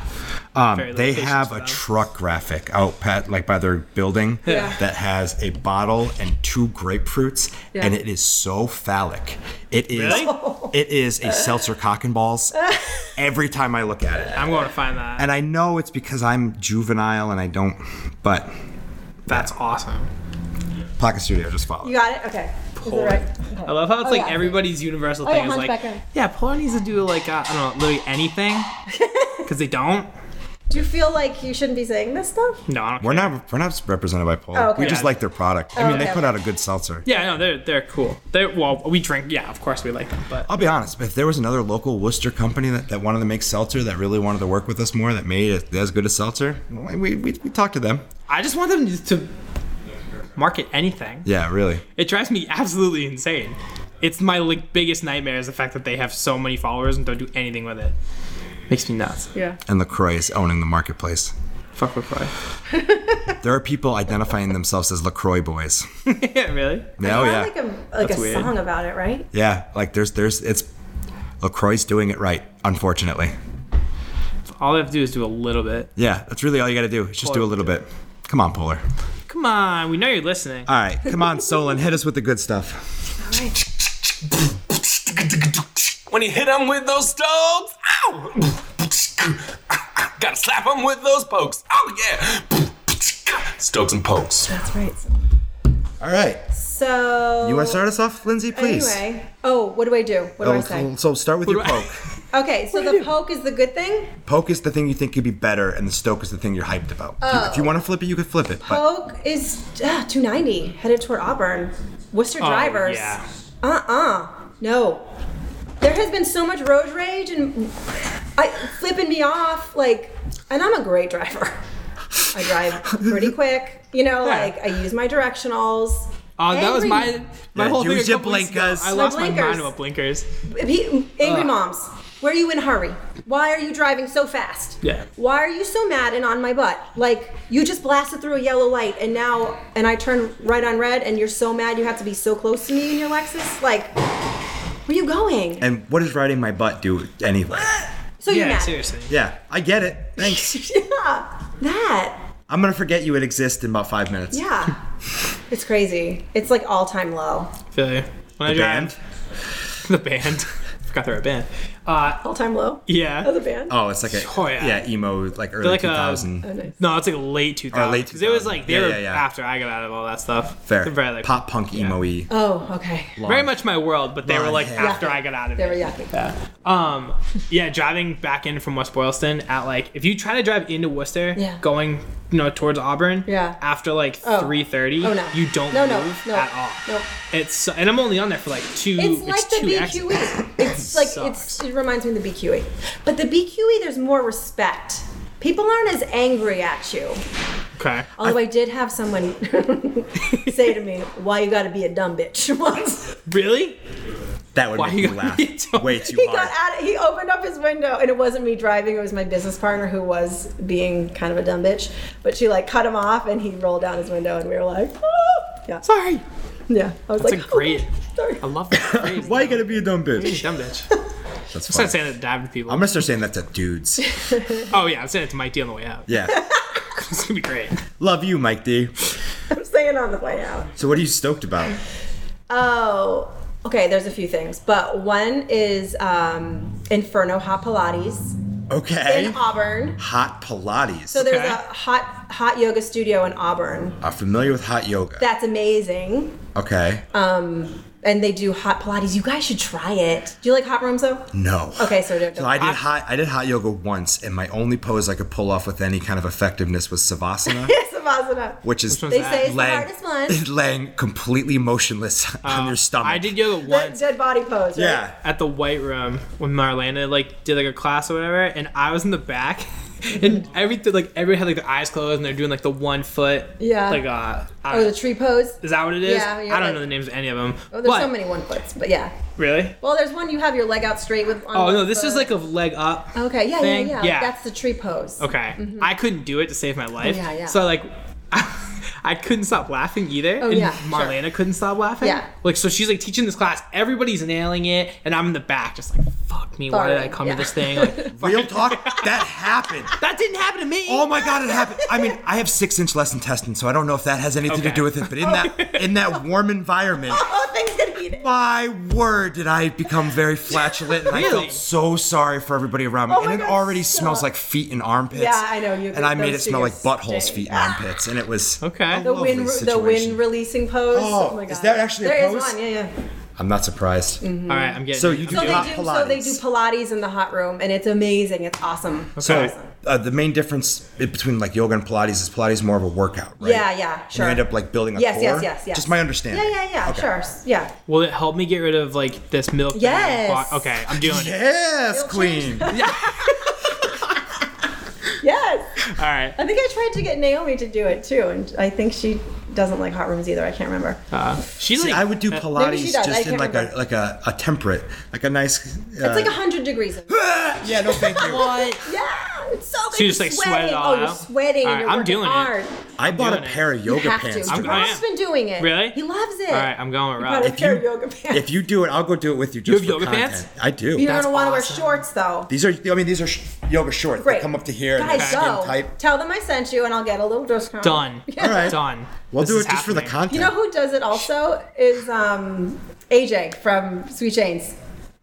Um,
Very
they
location
have a
style.
truck graphic out pat like by their building
Yeah.
that has a bottle and two grapefruits,
Yeah.
and it is so phallic. It is.
Really?
It is a seltzer cock and balls. Every time I look at it.
I'm going to find that.
and I know it's because I'm juvenile and I don't. But
That's awesome.
Pocket Studio just followed.
You got it? Okay. Is it right?
I love how it's like
Oh, yeah.
everybody's universal
Oh, yeah,
thing is like,
Hunchback of-
yeah, Polar needs to do like uh, I don't know, literally anything because they don't.
Do you feel like you shouldn't be saying this stuff?
No, I don't
We're
care.
not we're not represented by Polar.
Oh, okay.
We just
Yeah.
like their product. I mean, they
okay.
put out a good seltzer.
Yeah, no, they're they're cool. They well, we drink. Yeah, of course we like them, but
I'll be honest, if there was another local Worcester company that, that wanted to make seltzer, that really wanted to work with us more, that made it as good as seltzer, we, we, we talked to them.
I just want them to- to market anything.
Yeah, really.
It drives me absolutely insane. It's my like biggest nightmare is the fact that they have so many followers and don't do anything with it. Makes me nuts.
Yeah.
And LaCroix is owning the marketplace.
Fuck LaCroix.
There are people identifying themselves as LaCroix boys.
yeah, really?
Oh,
I
yeah.
like a like
That's
a
weird.
song about it, right?
yeah, like there's, there's, it's, LaCroix's doing it right, unfortunately.
All I have to do is do a little bit.
Yeah, that's really all you got to do. is Just do a little bit. Come on, Polar.
Come on, we know you're listening.
All right, come on, Solon, hit us with the good stuff.
When you hit 'em with those stones, ow! Gotta slap 'em with those pokes. Oh, yeah! Stokes and pokes.
That's right.
All right,
So
you want to start us off, Lindsay, please?
Anyway, oh, what do I do? What do I say?
Oh, so start with your poke.
Okay, so the poke is the good thing.
Poke is the thing you think could be better, and the stoke is the thing you're hyped about. If you- If you want to flip it, you can flip it. But
Oh. Poke is uh, 290 headed toward Auburn. Worcester
Oh,
drivers.
yeah.
Uh uh No. There has been so much road rage and I flipping me off. Like, and I'm a great driver. I drive pretty quick. You know,
Yeah.
like I use my directionals.
Uh, that was
Angry-
my my
Yeah,
whole thing.
use
a
your
couple weeks ago.
blinkers.
I
My
lost my mind
blinkers.
about blinkers.
He- angry
Ugh.
moms. Where are you in a hurry? Why are you driving so fast?
Yeah.
Why are you so mad and on my butt? Like you just blasted through a yellow light and now and I turn right on red and you're so mad you have to be so close to me in your Lexus. Like where are you going?
and what does riding my butt do anyway?
so you're
Yeah,
mad.
seriously.
Yeah, I get it. Thanks.
Yeah. That.
I'm gonna forget you it exists in about five minutes.
Yeah. it's crazy. It's like all time low.
Feel you. When I
The band.
drive- the band. Forgot they were a band. Uh,
All time low.
yeah.
Of the band.
Oh, it's like a
Oh, yeah.
emo like early
like a-
2000
Oh, nice.
No, it's like late 2000.
Oh, late
'Cause It was like they
2000.
were
Yeah, yeah, yeah.
after I got out of all that stuff.
fair
They're Very like
pop punk emo y.
Oh, okay.
Very much my world, but they were
Long
like
hair.
after I got out of
They were
it.
yucky.
Um, yeah, driving back in from West Boylston at like if you try to drive into Worcester,
Yeah.
going you know towards Auburn,
Yeah.
after like
Oh.
three thirty,
Oh, no.
you don't
No, no,
move
no,
at all.
no.
It's so- and I'm only on there for like two.
It's like the
two
BQE.
exits.
It's like it's it reminds me of the BQE. But the BQE there's more respect. People aren't as angry at you.
Okay.
Although I, did have someone say to me, "Why you got to be a dumb bitch?" Once
Really?
That would
Why
make
you
me
gotta
laugh
be so-
way too
he
hard.
got out, he opened up his window, and it wasn't me driving; it was my business partner who was being kind of a dumb bitch. But she like cut him off, and he rolled down his window, and we were like, "Oh." "Yeah,
Sorry.
yeah." I was
That's
like,
a great.
"Oh, sorry."
I love that phrase.
Why you gotta be a dumb bitch?
dumb bitch? I'm
That's
not
fine.
saying that to diving people.
I'm gonna start saying that to dudes.
oh yeah, I'm saying it to Mike D on the way out.
Yeah,
it's gonna be great.
love you, Mike D.
I'm staying on the way out."
So what are you stoked about?
Oh, okay. There's a few things, but one is um, Inferno Hot Pilates
Okay,
in Auburn.
hot Pilates.
uh, So there's
Okay.
a hot hot yoga studio in Auburn.
I'm familiar with hot yoga.
That's amazing,
okay.
uh, and they do hot Pilates. You guys should try it. Do you like hot rooms though?
No.
Okay, Uh, so don't-
So I did hot. I did hot yoga once, and my only pose I could pull off with any kind of effectiveness was savasana,
Savasana.
which is
one's
They
that?
say it's the
laying,
hardest one.
laying completely motionless on your stomach.
Uh, I did yoga
The
once.
dead body pose. Right?
Yeah.
at the white room when Marlena like did like a class or whatever, and I was in the back, and everything like everyone had like their eyes closed and they're doing like the one foot.
Yeah.
Like uh, I don't
Oh, the
know.
tree pose.
is that what it is?
Yeah,
I
you're
don't
like-
know the names of any of them.
Oh, there's so many one foots, but yeah.
Really?
Well, there's one you have your leg out straight with. on
Oh no,
one
this is
foot.
like a leg up.
Okay, yeah,
thing.
yeah, yeah,
Yeah.
That's the tree pose.
Okay. I couldn't do it to save my life.
yeah, yeah.
So like. I couldn't stop laughing either,
Oh,
and
yeah,
Marlena couldn't stop laughing.
Yeah.
like so she's like teaching this class, everybody's nailing it, and I'm in the back, just like fuck me, why did I
Farting,
come
yeah.
to this thing? Like,
Real talk. That happened.
that didn't happen to me.
Oh my god, it happened. I mean, I have six inch less intestine, so I don't know if that has anything to
Okay.
do with it. But in that in that warm environment,
Oh, things get heated.
my word, did I become very flatulent, and I
Really?
felt so sorry for everybody around me.
Oh my
and it
God,
already
stop.
smells like feet and armpits.
Yeah, I know, you-
and I made it
those
smell like
figures
buttholes,
stink.
feet, and armpits, and it was
Okay.
a
The
lovely
wind, the
situation.
wind releasing pose.
Oh,
my god!
is that actually a
There is
pose?
one. Yeah, yeah.
I'm not surprised.
Mm-hmm.
All right, I'm getting.
So you
I'm
do
So
Hot
they do. So they do
Pilates.
Pilates in the hot room, and it's amazing. It's awesome.
So
Okay.
uh, the main difference i- between like yoga and Pilates is Pilates is more of a workout, right?
Yeah, yeah, sure.
You end up like building a
yes,
core.
yes, yes, yes.
Just my understanding.
Yeah, yeah, yeah.
Okay.
Sure. Yeah.
Will it help me get rid of like this milk? that I
Yes.
bought? Okay, I'm doing it.
Yes, queen.
Yes.
All right.
I think I tried to get Naomi to do it too, and I think she doesn't like hot rooms either. I can't remember.
She like
Uh, See, I would do
Maybe she
Pilates
does, I
just in
can't
like
remember.
a like a, a temperate, like a nice. Uh,
it's like hundred degrees. in-
yeah, no, thank you.
yeah, it's so good.
She
You're
just, like,
sweating.
sweat it all
oh, you're
out?
sweating.
All
and
right,
you're
I'm
working
doing it.
hard.
I bought a
doing it.
pair of yoga
You have
pants.
to.
to
I
Rob's
am.
been doing it.
Really?
He loves it.
All right, I'm going with
He bought a
Rob.
pair
you-
of yoga pants.
If you do it, I'll go do it with you. Just
have
for
yoga
content.
pants?
I do.
You're
That's
gonna want to wear
awesome.
shorts though.
These are. I mean, these are sh- yoga shorts.
Great.
They come up to here. and
Guys,
they're
go.
skin tight.
Tell them I sent you, and I'll get a little discount.
Done.
All right.
Done.
We'll
This
do it
is
just for the
You
content.
happening.
know who does it also is um, AJ from Sweet Chains.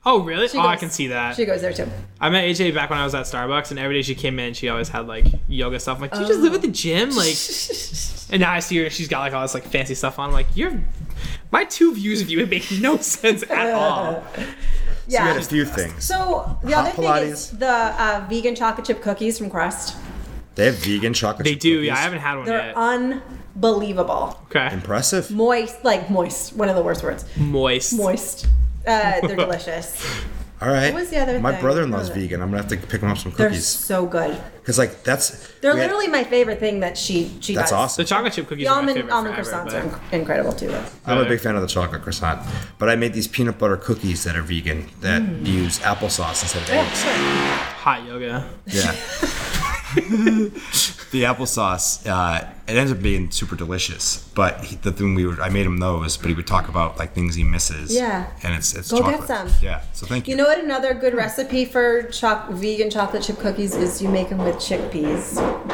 Oh really?
She
oh, I
goes-
can see that.
She goes there too.
I met AJ back when I was at Starbucks, and every day she came in, she always had like yoga stuff. I'm like, do you just live at the
Oh.
gym? Like, and now I see her, she's got like all this like fancy stuff on. I'm like, you're my two views of you make no sense at all.
We
Yeah.
had a few things.
So the
Hot
other thing is
Pilates.
the uh, vegan chocolate chip cookies from Crest.
They have vegan chocolate.
They
chip
do.
cookies.
Yeah, I haven't had one
They're
yet.
unbelievable.
okay.
Impressive.
Moist, like moist. One of the worst words.
Moist.
Moist. Uh, they're delicious.
All right.
What was the other
My
thing?
brother-in-law's
What was it?
vegan. I'm gonna have to pick him up some
They're
cookies
so good.
because, like, that's
They're
we had-
literally my favorite thing that she she
that's
does.
The
awesome.
chocolate chip cookies
The
are my
almond
favorite
almond
forever,
croissants
but-
are inc- incredible too.
I'm a big fan of the chocolate croissant, but I made these peanut butter cookies that are vegan that use applesauce instead of
Yeah,
eggs.
sure.
hot yoga.
Yeah. the applesauce, uh, it ends up being super delicious. But he, the thing we were, I made him those, but he would talk about like things he misses.
Yeah.
And it's it's
Go get
chocolate.
some.
Yeah. So thank you.
You know what? Another good recipe for choc- vegan chocolate chip cookies is you make them with chickpeas.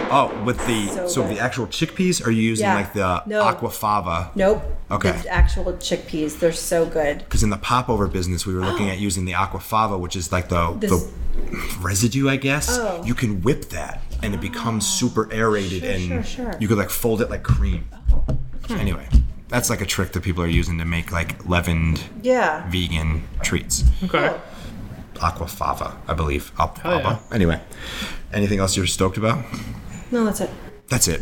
oh, with the
So
so,
good.
the actual chickpeas, are you using
Yeah.
like the
No.
aquafaba?
Nope.
Okay.
The actual chickpeas. They're so good.
Because in the popover business, we were looking at using the aquafaba, which is like the
Oh. This-
the residue, I guess.
Oh.
You can whip that, and it becomes super aerated,
Sure,
and
sure, sure. Oh. Hmm.
you could like fold it like cream. Anyway, that's like a trick that people are using to make like leavened
Yeah.
vegan treats.
Okay.
Aquafaba, I believe. Aquafaba.
Oh, yeah.
Anyway, anything else you're stoked about?
No, that's it.
That's it.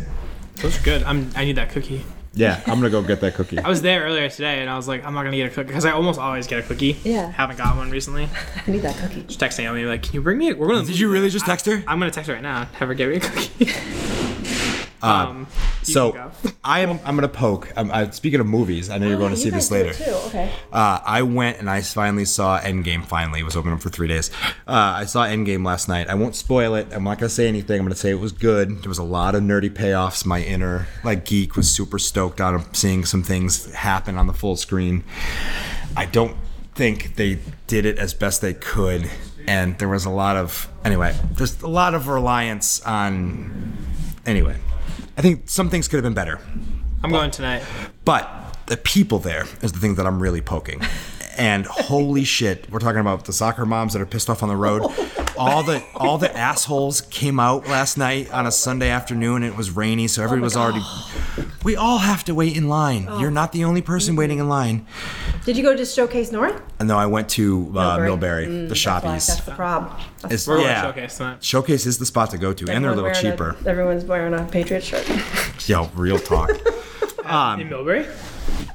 Those are good. I'm, I need that cookie.
Yeah, I'm gonna go get that cookie.
I was there earlier today, and I was like, I'm not gonna get a cookie because I almost always get a cookie.
Yeah.
Haven't got one recently.
I need that cookie.
Just texting Naomi like, can you bring me? A, we're gonna.
Did you really just text her?
I'm gonna text her right now. Have her get me a cookie. um. you
so
can go.
I am. I'm gonna poke. I'm, I, speaking of movies, I know
Oh,
you're going to see this later.
Okay.
Uh, I went and I finally saw Endgame. Finally, it was open for three days. Uh, I saw Endgame last night. I won't spoil it. I'm not gonna say anything. I'm gonna say it was good. There was a lot of nerdy payoffs. My inner like geek was super stoked on seeing some things happen on the full screen. I don't think they did it as best they could, and there was a lot of anyway. There's a lot of reliance on anyway. I think some things could have been better.
I'm going tonight.
But the people there is the thing that I'm really poking. And holy shit, we're talking about the soccer moms that are pissed off on the road. All the all the assholes came out last night on a Sunday afternoon. and It was rainy, so everyone was already. We all have to wait in line. You're not the only person waiting in line.
Did you go to Showcase North?
And no, I went to uh,
Millbury.
Millbury, the
Mm,
shoppies.
That's the problem.
It's-
We're going
yeah.
to showcase tonight.
Showcase is the spot to go to, and they're a little
Everyone wearing
cheaper.
a- everyone's wearing a Patriot shirt.
Yo, real talk. Um,
In Millbury?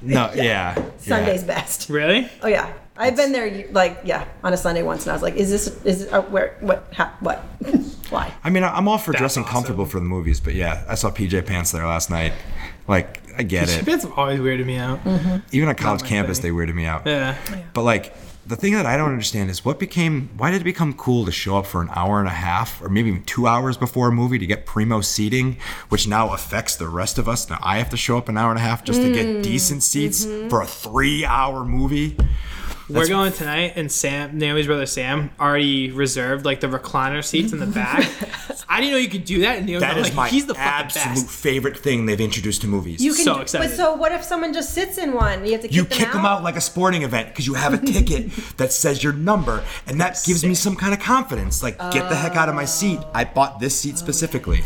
No, yeah. yeah.
Sunday's best.
Really?
Oh yeah, I've been there like yeah on a Sunday once, and I was like, is this is uh, where what ha, what why?
I mean, I- I'm all for dressing
awesome.
comfortable for the movies, but yeah, I saw PJ pants there last night. Like, I get it.
That's always weirded me out.
Mm.
Even on college
my
campus,
thing.
they weirded me out.
Yeah.
But like, the thing that I don't understand is what became, why did it become cool to show up for an hour and a half or maybe even two hours before a movie to get primo seating, which now affects the rest of us? Now I have to show up an hour and a half just to
Mm,
get decent seats
mm-hmm.
for a three hour movie.
We're going tonight, and Sam, Naomi's brother Sam, already reserved like the recliner seats in the back. I didn't know you could do that. And Naomi's
That is
like,
my
he's the fucking
absolute
best.
favorite thing they've introduced to movies.
You
So
do-
excited.
But so what if someone just sits in one? You have to kick
You
them
kick
out?
them out like a sporting event because you have a ticket that says your number, and that gives me some kind of confidence. Like, get the heck
Oh.
out of my seat. I bought this seat specifically.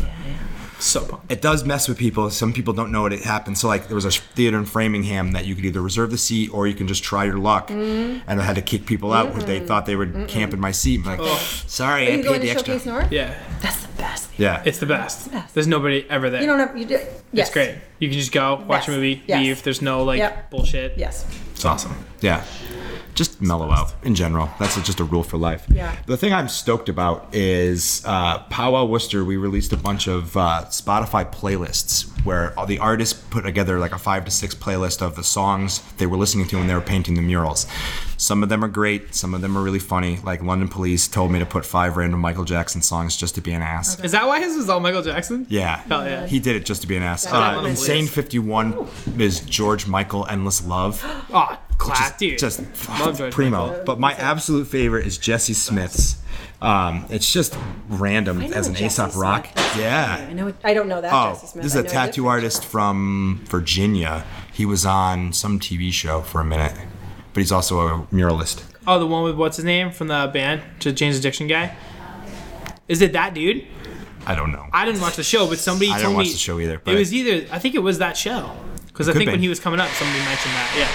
So pumped.
It does mess with people. Some people don't know what it happens. So, like, there was a theater in Framingham that you could either reserve the seat or you can just try your luck.
Mm-hmm.
And I had to kick people out who they thought they would camp in my seat. I'm like, sorry,
You
I
going
paid
to
the extra.
Showcase North?
Yeah.
That's the best.
Yeah.
It's the best.
best.
There's nobody ever there.
You don't have you. do- Yes.
It's great. You can just go watch
Yes.
a movie,
Yes.
leave. There's no like
Yep.
bullshit.
Yes.
it's awesome.
Yeah.
Just mellow out in general. That's just a rule for life.
Yeah.
The thing I'm stoked about is uh, Powwow Worcester. We released a bunch of uh, Spotify playlists where all the artists put together like a five to six playlist of the songs they were listening to when they were painting the murals. Some of them are great. Some of them are really funny. Like London Police told me to put five random Michael Jackson songs just to be an ass.
Is that why his was all Michael Jackson?
Yeah.
Hell yeah.
He did it just to be an ass.
That
Uh,
one is
Insane
lit.
51 is George Michael Endless Love.
Oh, class,
Just,
dude.
just
Love George
primo. But my absolute favorite is Jesse Smith's. Um, it's just random
know
as an
Jesse
Aesop rock.
Smith. I
Yeah.
know. it- I don't know that.
Uh, Oh,
Jesse Smith.
this is
I
a
know
tattoo
different-
artist from Virginia. He was on some TV show for a minute, but he's also a muralist.
Oh, the one with what's his name from the band, to Jane's Addiction guy. Is it that dude?
I don't know.
I didn't watch the show, but somebody
I didn't
told
watch
me
the show either,
It
but-
was either I think it was that show because I
could
think
be.
when he was coming up, somebody mentioned that.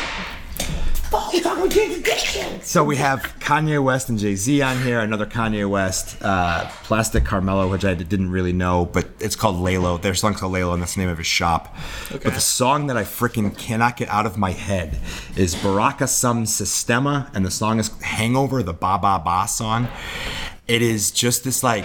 So we have Kanye West and Jay Z on here. Another Kanye West, uh, Plastic Carmelo, which I didn't really know, but it's called Lalo. Their song's called Lalo, and that's the name of his shop. But the song that I freaking cannot get out of my head is Baraka Sum Sistema, and the song is Hangover, the Ba Ba Ba song. It is just this like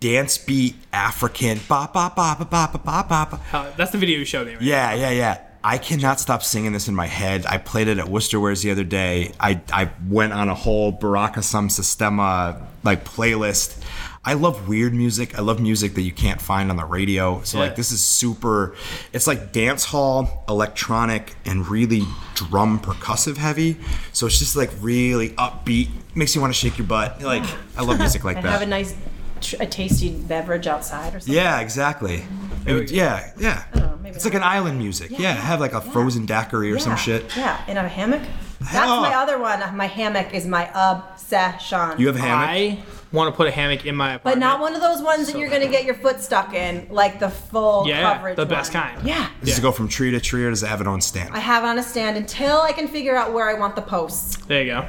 dance beat African ba ba ba ba ba ba ba ba. ba.
Yeah, uh, that's the video you showed me. Right?
Yeah, yeah, yeah. I cannot stop singing this in my head. I played it at Worcester Wares the other day. I, I went on a whole Baraka Sum Sistema like playlist. I love weird music. I love music that you can't find on the radio. So
Yeah.
like this is super it's like dance hall, electronic, and really drum percussive heavy. So it's just like really upbeat. Makes you want to shake your butt. Like I love music like
And
that.
have a nice, tr- a tasty beverage outside or something.
Yeah, exactly. It would- yeah, yeah.
know, Oh, maybe
it's like
not.
an island music. Yeah, have like a frozen daiquiri or some shit.
Yeah, in a hammock. That's
Hell.
my other one. My hammock is my obsession.
You have hammock.
I want to put a hammock in my
but
apartment.
not one of those ones that you're gonna get your foot stuck in, like the full
Yeah,
coverage.
the best
one.
kind.
Yeah.
Does it go from tree to tree or does it have it on stand?
I have on a stand until I can figure out where I want the posts.
There you go.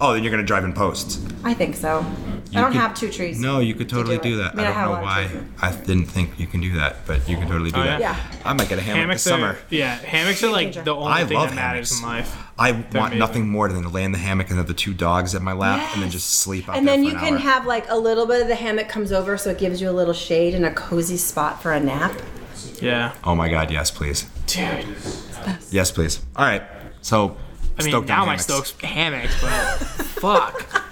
oh, then you're gonna drive in posts.
I think so. I don't
could-
have two trees.
No, you could totally
do
do,
it.
that.
I mean,
I
I
don't
have a
know
lot of
why
trees.
I didn't think you can do that, but you can totally do
Oh,
that.
yeah?
I might get a hammock
Hammocks
this
are
summer.
yeah. Hammocks are like the only
I
thing
love
that matters
hammocks.
in life.
I want
amazing.
nothing more than to lay in the hammock and have the two dogs at my lap and then just sleep out
And
there
then
for
you
an
can
hour.
have like a little bit of the hammock comes over, so it gives you a little shade and a cozy spot for a nap.
Yeah,
Oh my god, yes, please.
dude.
Yes, please. All right. So
I mean,
stoked on
now my
hammocks.
Stokes hammocks, but fuck,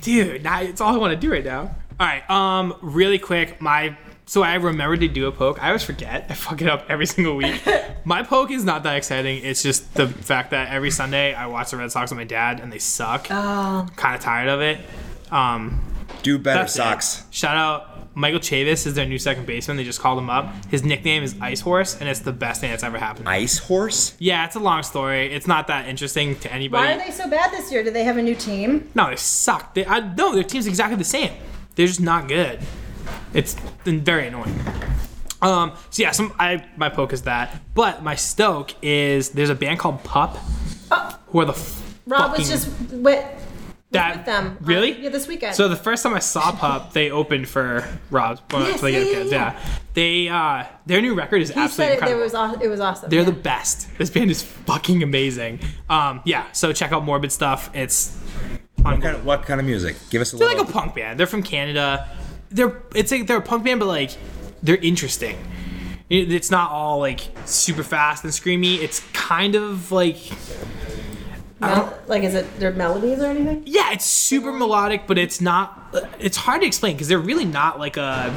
dude. Now it's all I want to do right now. All right, um, really quick, my so I remembered to do a poke. I always forget. I fuck it up every single week. my poke is not that exciting. It's just the fact that every Sunday I watch the Red Sox with my dad, and they suck. Oh. Kind of tired of it. Um,
Do better,
that's it.
socks.
Shout out Michael Chavis is their new second baseman. They just called him up. His nickname is Ice Horse, and it's the best thing that's ever happened.
Ice horse?
yeah, it's a long story. It's not that interesting to anybody.
Why are they so bad this year? Do they have a new team?
No, they suck. They, I, no, their team's exactly the same. They're just not good. It's been very annoying. Um, so yeah, some I my poke is that, but my stoke is there's a band called Pup, who are the
Oh. Rob
fucking,
was just with
that,
with them on-
Really?
yeah, this weekend.
So the first time I saw Pup, they opened for Rob's one of
Yes,
the younger
yeah, yeah,
kids.
yeah.
Yeah, they uh, their new record is
he
absolutely
said it, it
incredible.
was aw- it was awesome.
They're
yeah.
the best. This band is fucking amazing. Um, yeah, so check out Morbid stuff. It's
What kind, of, what kind of music? Give us a
They're
little.
like a punk band. They're from Canada. They're it's like they're a punk band, but like they're interesting. It- It's not all like super fast and screamy. It's kind of like
Mel- like is it their melodies or anything?
yeah, it's super melodic, but it's not. It's hard to explain because they're really not like a.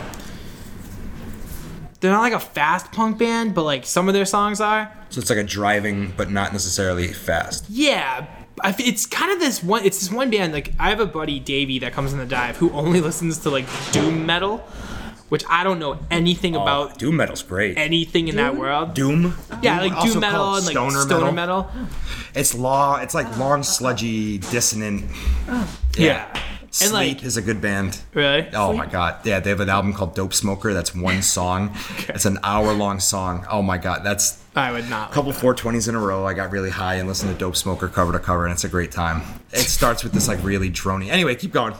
They're not like a fast punk band, but like some of their songs are.
so it's like a driving, but not necessarily fast.
Yeah. I f it's kind of this one. It's this one band. Like I have a buddy Davey that comes in the dive who only listens to like doom metal, which I don't know anything about.
doom metal's great.
anything in that world.
doom.
yeah, like
also
doom metal
called
and like stoner, metal.
It's law. It's like long, sludgy, dissonant.
Yeah.
Sleep
And like
is a good band.
really?
Oh my god. Yeah, they have an album called Dope Smoker. That's one song. It's an hour long song. Oh my god. That's
I would not.
couple 420s in a row. I got really high and listened to Dope Smoker cover to cover, and it's a great time. It starts with this like really drony. Anyway, keep going.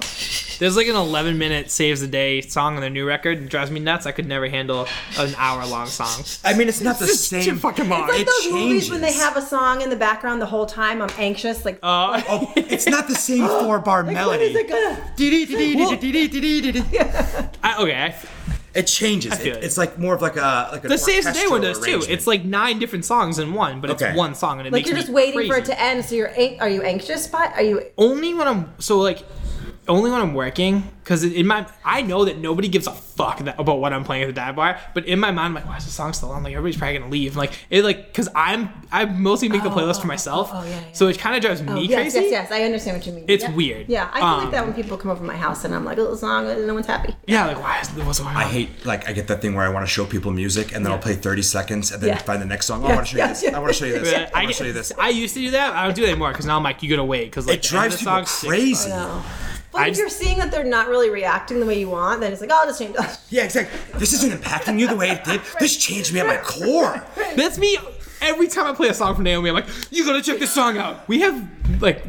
There's like an 11 minute saves the day song on their new record. It drives me nuts. I could never handle an hour long song.
I mean, it's not the
Too
same.
fucking long.
Like
It
those movies when they
changes.
have a song in the background the whole time. I'm anxious. Like,
Uh,
Oh, it's not the same four bar
when is it
melody.
gonna?
I, okay, I,
It changes. It-
feel it.
it's like more of like a like an
the saves the day
orchestral
one does too.
arrangement.
It's like nine different songs in one, but
Okay.
it's one song and it
Like
makes
you're
me
just waiting for it
crazy.
to end. So you're an- are you anxious? Spot? Are you?
only when I'm so like only when I'm working because in my I know that nobody gives a fuck that, about what I'm playing at the dive bar, but in my mind I'm like, why is the song still on? Like everybody's probably gonna leave. Like it like because I'm I mostly make the playlist for myself,
oh, yeah, yeah.
so it kind of drives me
Yes,
crazy.
yes, yes. I understand what you mean.
It's
Yep.
weird.
Yeah, I feel
Um,
like that when people come over my house and I'm like, "Oh, little song, and no one's happy.
Yeah, like why is what's going on?
I hate like I get that thing where I want to show people music and then I'll play 30 seconds and then
Yeah.
find the next song. Oh,
Yeah,
I want to show
yeah,
you this.
yeah.
I want to show you this. I
But Uh, I,
want to
get-
show you this.
I used to do that. I don't do that anymore because now I'm like, you gotta wait because
It
like the end of
drives
the
people
song sticks.
crazy.
But
I
if you're seeing that they're not really reacting the way you want, then it's like, oh, I'll just change.
Yeah, exactly. This isn't impacting you the way it did. This changed me at my core.
That's me. Every time I play a song from Naomi, I'm like, you gotta check this song out. We have like,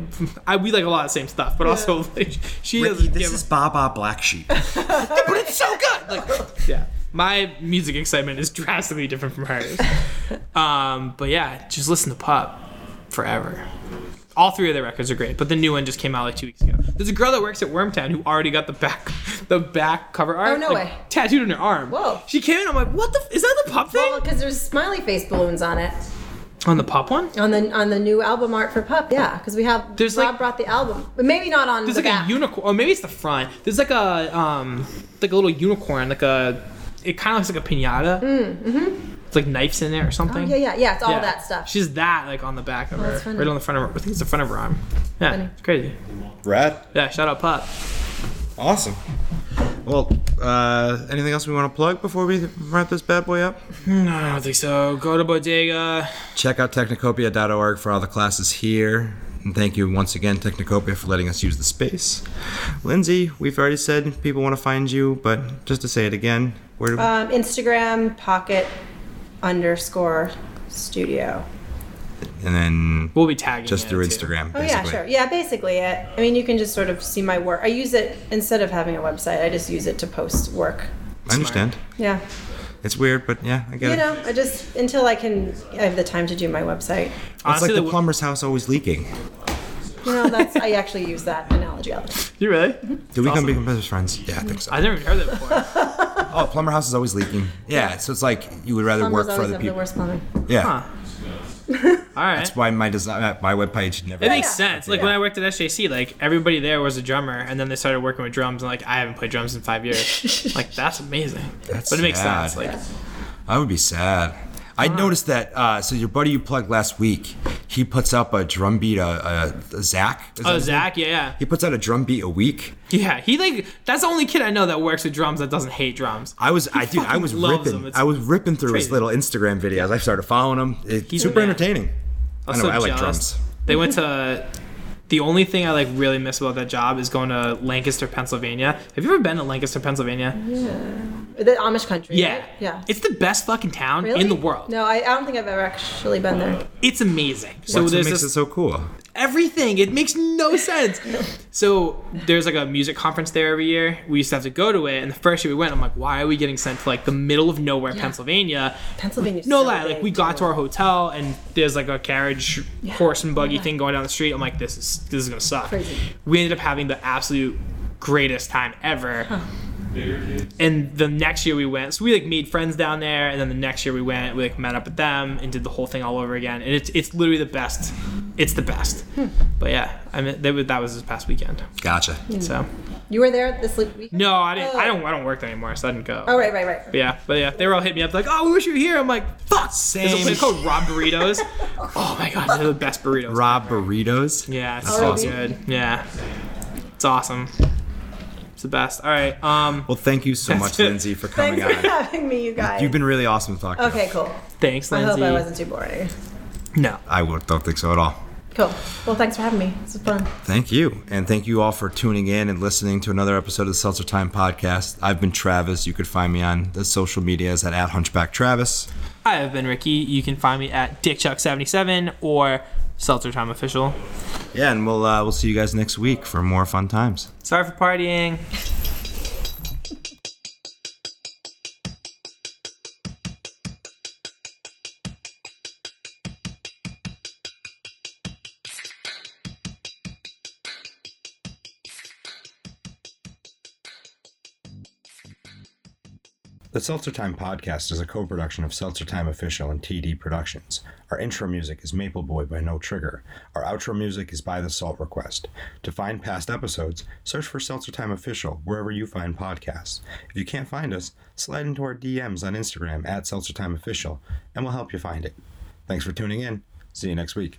I we like a lot of the same stuff, but also like, she
Ricky,
doesn't
this
give.
is Baba Black Sheep.
but it's so good. Like, yeah, my music excitement is drastically different from hers. um, but yeah, just listen to Pop forever. All three of their records are great, but the new one just came out like two weeks ago. There's a girl that works at Wormtown who already got the back, the back cover art,
Oh, no
like,
way.
tattooed on her arm.
Whoa.
She came in, I'm like, what the? F- is that the Pop thing?
Because there's smiley face balloons on it
on the Pop one?
on the on the new album art for Pup. Yeah, because we have
There's,
Rob
like-
brought the album, but maybe not on
There's
the
like
back.
a unicorn, or maybe it's the front. There's like a um, like a little unicorn, like a. It kind of looks like a pinata. Mm, hmm It's like knives in there or something.
mm-hmm. Oh, yeah, yeah, yeah. It's all
Yeah.
that stuff.
She's that like on the back of
that's
her,
funny.
right on the front of her. I think it's the front of her arm. Yeah,
Funny.
it's crazy.
Rad.
Yeah, shout out Pop.
Awesome. Well, uh, anything else we want to plug before we wrap this bad boy up?
No, I don't think so. Go to Bodega.
Check out technicopia.org for all the classes here. And thank you once again, Technicopia, for letting us use the space. Lindsay, we've already said people want to find you, but just to say it again, where do we
Um, Instagram pocket underscore studio.
and then
We'll be tagging
just
it,
through
too.
Instagram.
Oh yeah,
basically.
sure. Yeah, basically it. I mean, you can just sort of see my work. I use it instead of having a website. I just use it to post work.
I understand.
Yeah,
It's weird, but yeah, I get
you
it.
know, I just until I can, I have the time to do my website.
it's like
Honestly,
the
the-
plumber's house always leaking.
You know, that's I actually use that analogy all the time.
You really?
Do we come become best friends? Yeah, I think so.
I never even heard that before.
Oh, plumber house is always leaking. Yeah, so it's like you would rather
Plumbers
work for
always
other
have
people.
the worst plumbing.
Yeah,
All right.
that's why my design, my webpage never.
it makes sense. Like when I worked at SJC, like everybody there was a drummer, and then they started working with drums, and like I haven't played drums in five years. like that's amazing.
That's
but it makes
sad.
sense. Like
I would be sad. I noticed that. Uh, so your buddy you plugged last week, he puts up a drum beat. Uh, uh, Zach. is that
oh
his name?
Zach, yeah, yeah,
He puts out a drum beat a week.
yeah. He like that's the only kid I know that works with drums that doesn't hate drums.
I was, I dude, I
fucking
was
loves them.
ripping.
It's-
I was ripping through his
crazy.
little Instagram videos. I started following him. It's
He's
super
mad.
entertaining. I know.
so
I like
jealous.
drums.
They went to. The only thing I like really miss about that job is going to Lancaster, Pennsylvania. Have you ever been to Lancaster, Pennsylvania?
The Amish country.
Yeah.
right? Yeah.
It's the best fucking town
Really?
in the world.
No, I, I don't think I've ever actually been there.
It's amazing. So
That's what
there's
makes
this,
it so cool.
everything. It makes no sense. so there's like a music conference there every year. We used to have to go to it, and the first year we went, I'm like, why are we getting sent to like the middle of nowhere, Pennsylvania?
Pennsylvania's
No
so
lie, like
big,
we got
too.
to our hotel and there's like a carriage, horse and buggy thing going down the street. I'm like, this is this is gonna suck.
Crazy.
We ended up having the absolute greatest time ever. And the next year we went, so we like made friends down there, and then the next year we went, we like met up with them and did the whole thing all over again. And it's it's literally the best. It's the best. But yeah, I mean that was, that was this past weekend.
Gotcha.
So
You were there this le- week?
no, I didn't. I don't. I don't work there anymore, so I didn't go.
Oh right, right, right.
But yeah, but yeah, they were all hitting me up like, "Oh, we wish you were here." I'm like, "Fuck." There's a
Same.
place called Rob Burritos. oh my god, they're the best burritos.
Rob burritos.
Yeah, it's
That's
so
awesome.
good. Yeah, it's awesome. It's the best. All right. Um,
Well, thank you so much,
it.
Lindsay, for coming
Thanks for
on.
having me, you guys.
Oh You've been really awesome talking.
okay, cool.
thanks,
I hope
Lindsay.
I wasn't too boring.
No.
I would- don't think so at all.
Cool. Well, thanks for having me. This was fun.
Thank you. And thank you all for tuning in and listening to another episode of the Seltzer Time Podcast. I've been Travis. You could find me on the social medias at, at Hunchback Travis.
I have been Ricky. You can find me at DickChuck77 or Seltzer Time Official.
Yeah, and we'll uh, we'll see you guys next week for more fun times.
Sorry for partying.
The Seltzer Time podcast is a co production of Seltzer Time Official and TD Productions. Our intro music is Maple Boy by No Trigger. Our outro music is by The Salt Request. To find past episodes, search for Seltzer Time Official wherever you find podcasts. If you can't find us, slide into our DMs on Instagram at Seltzer Time Official and we'll help you find it. Thanks for tuning in. See you next week.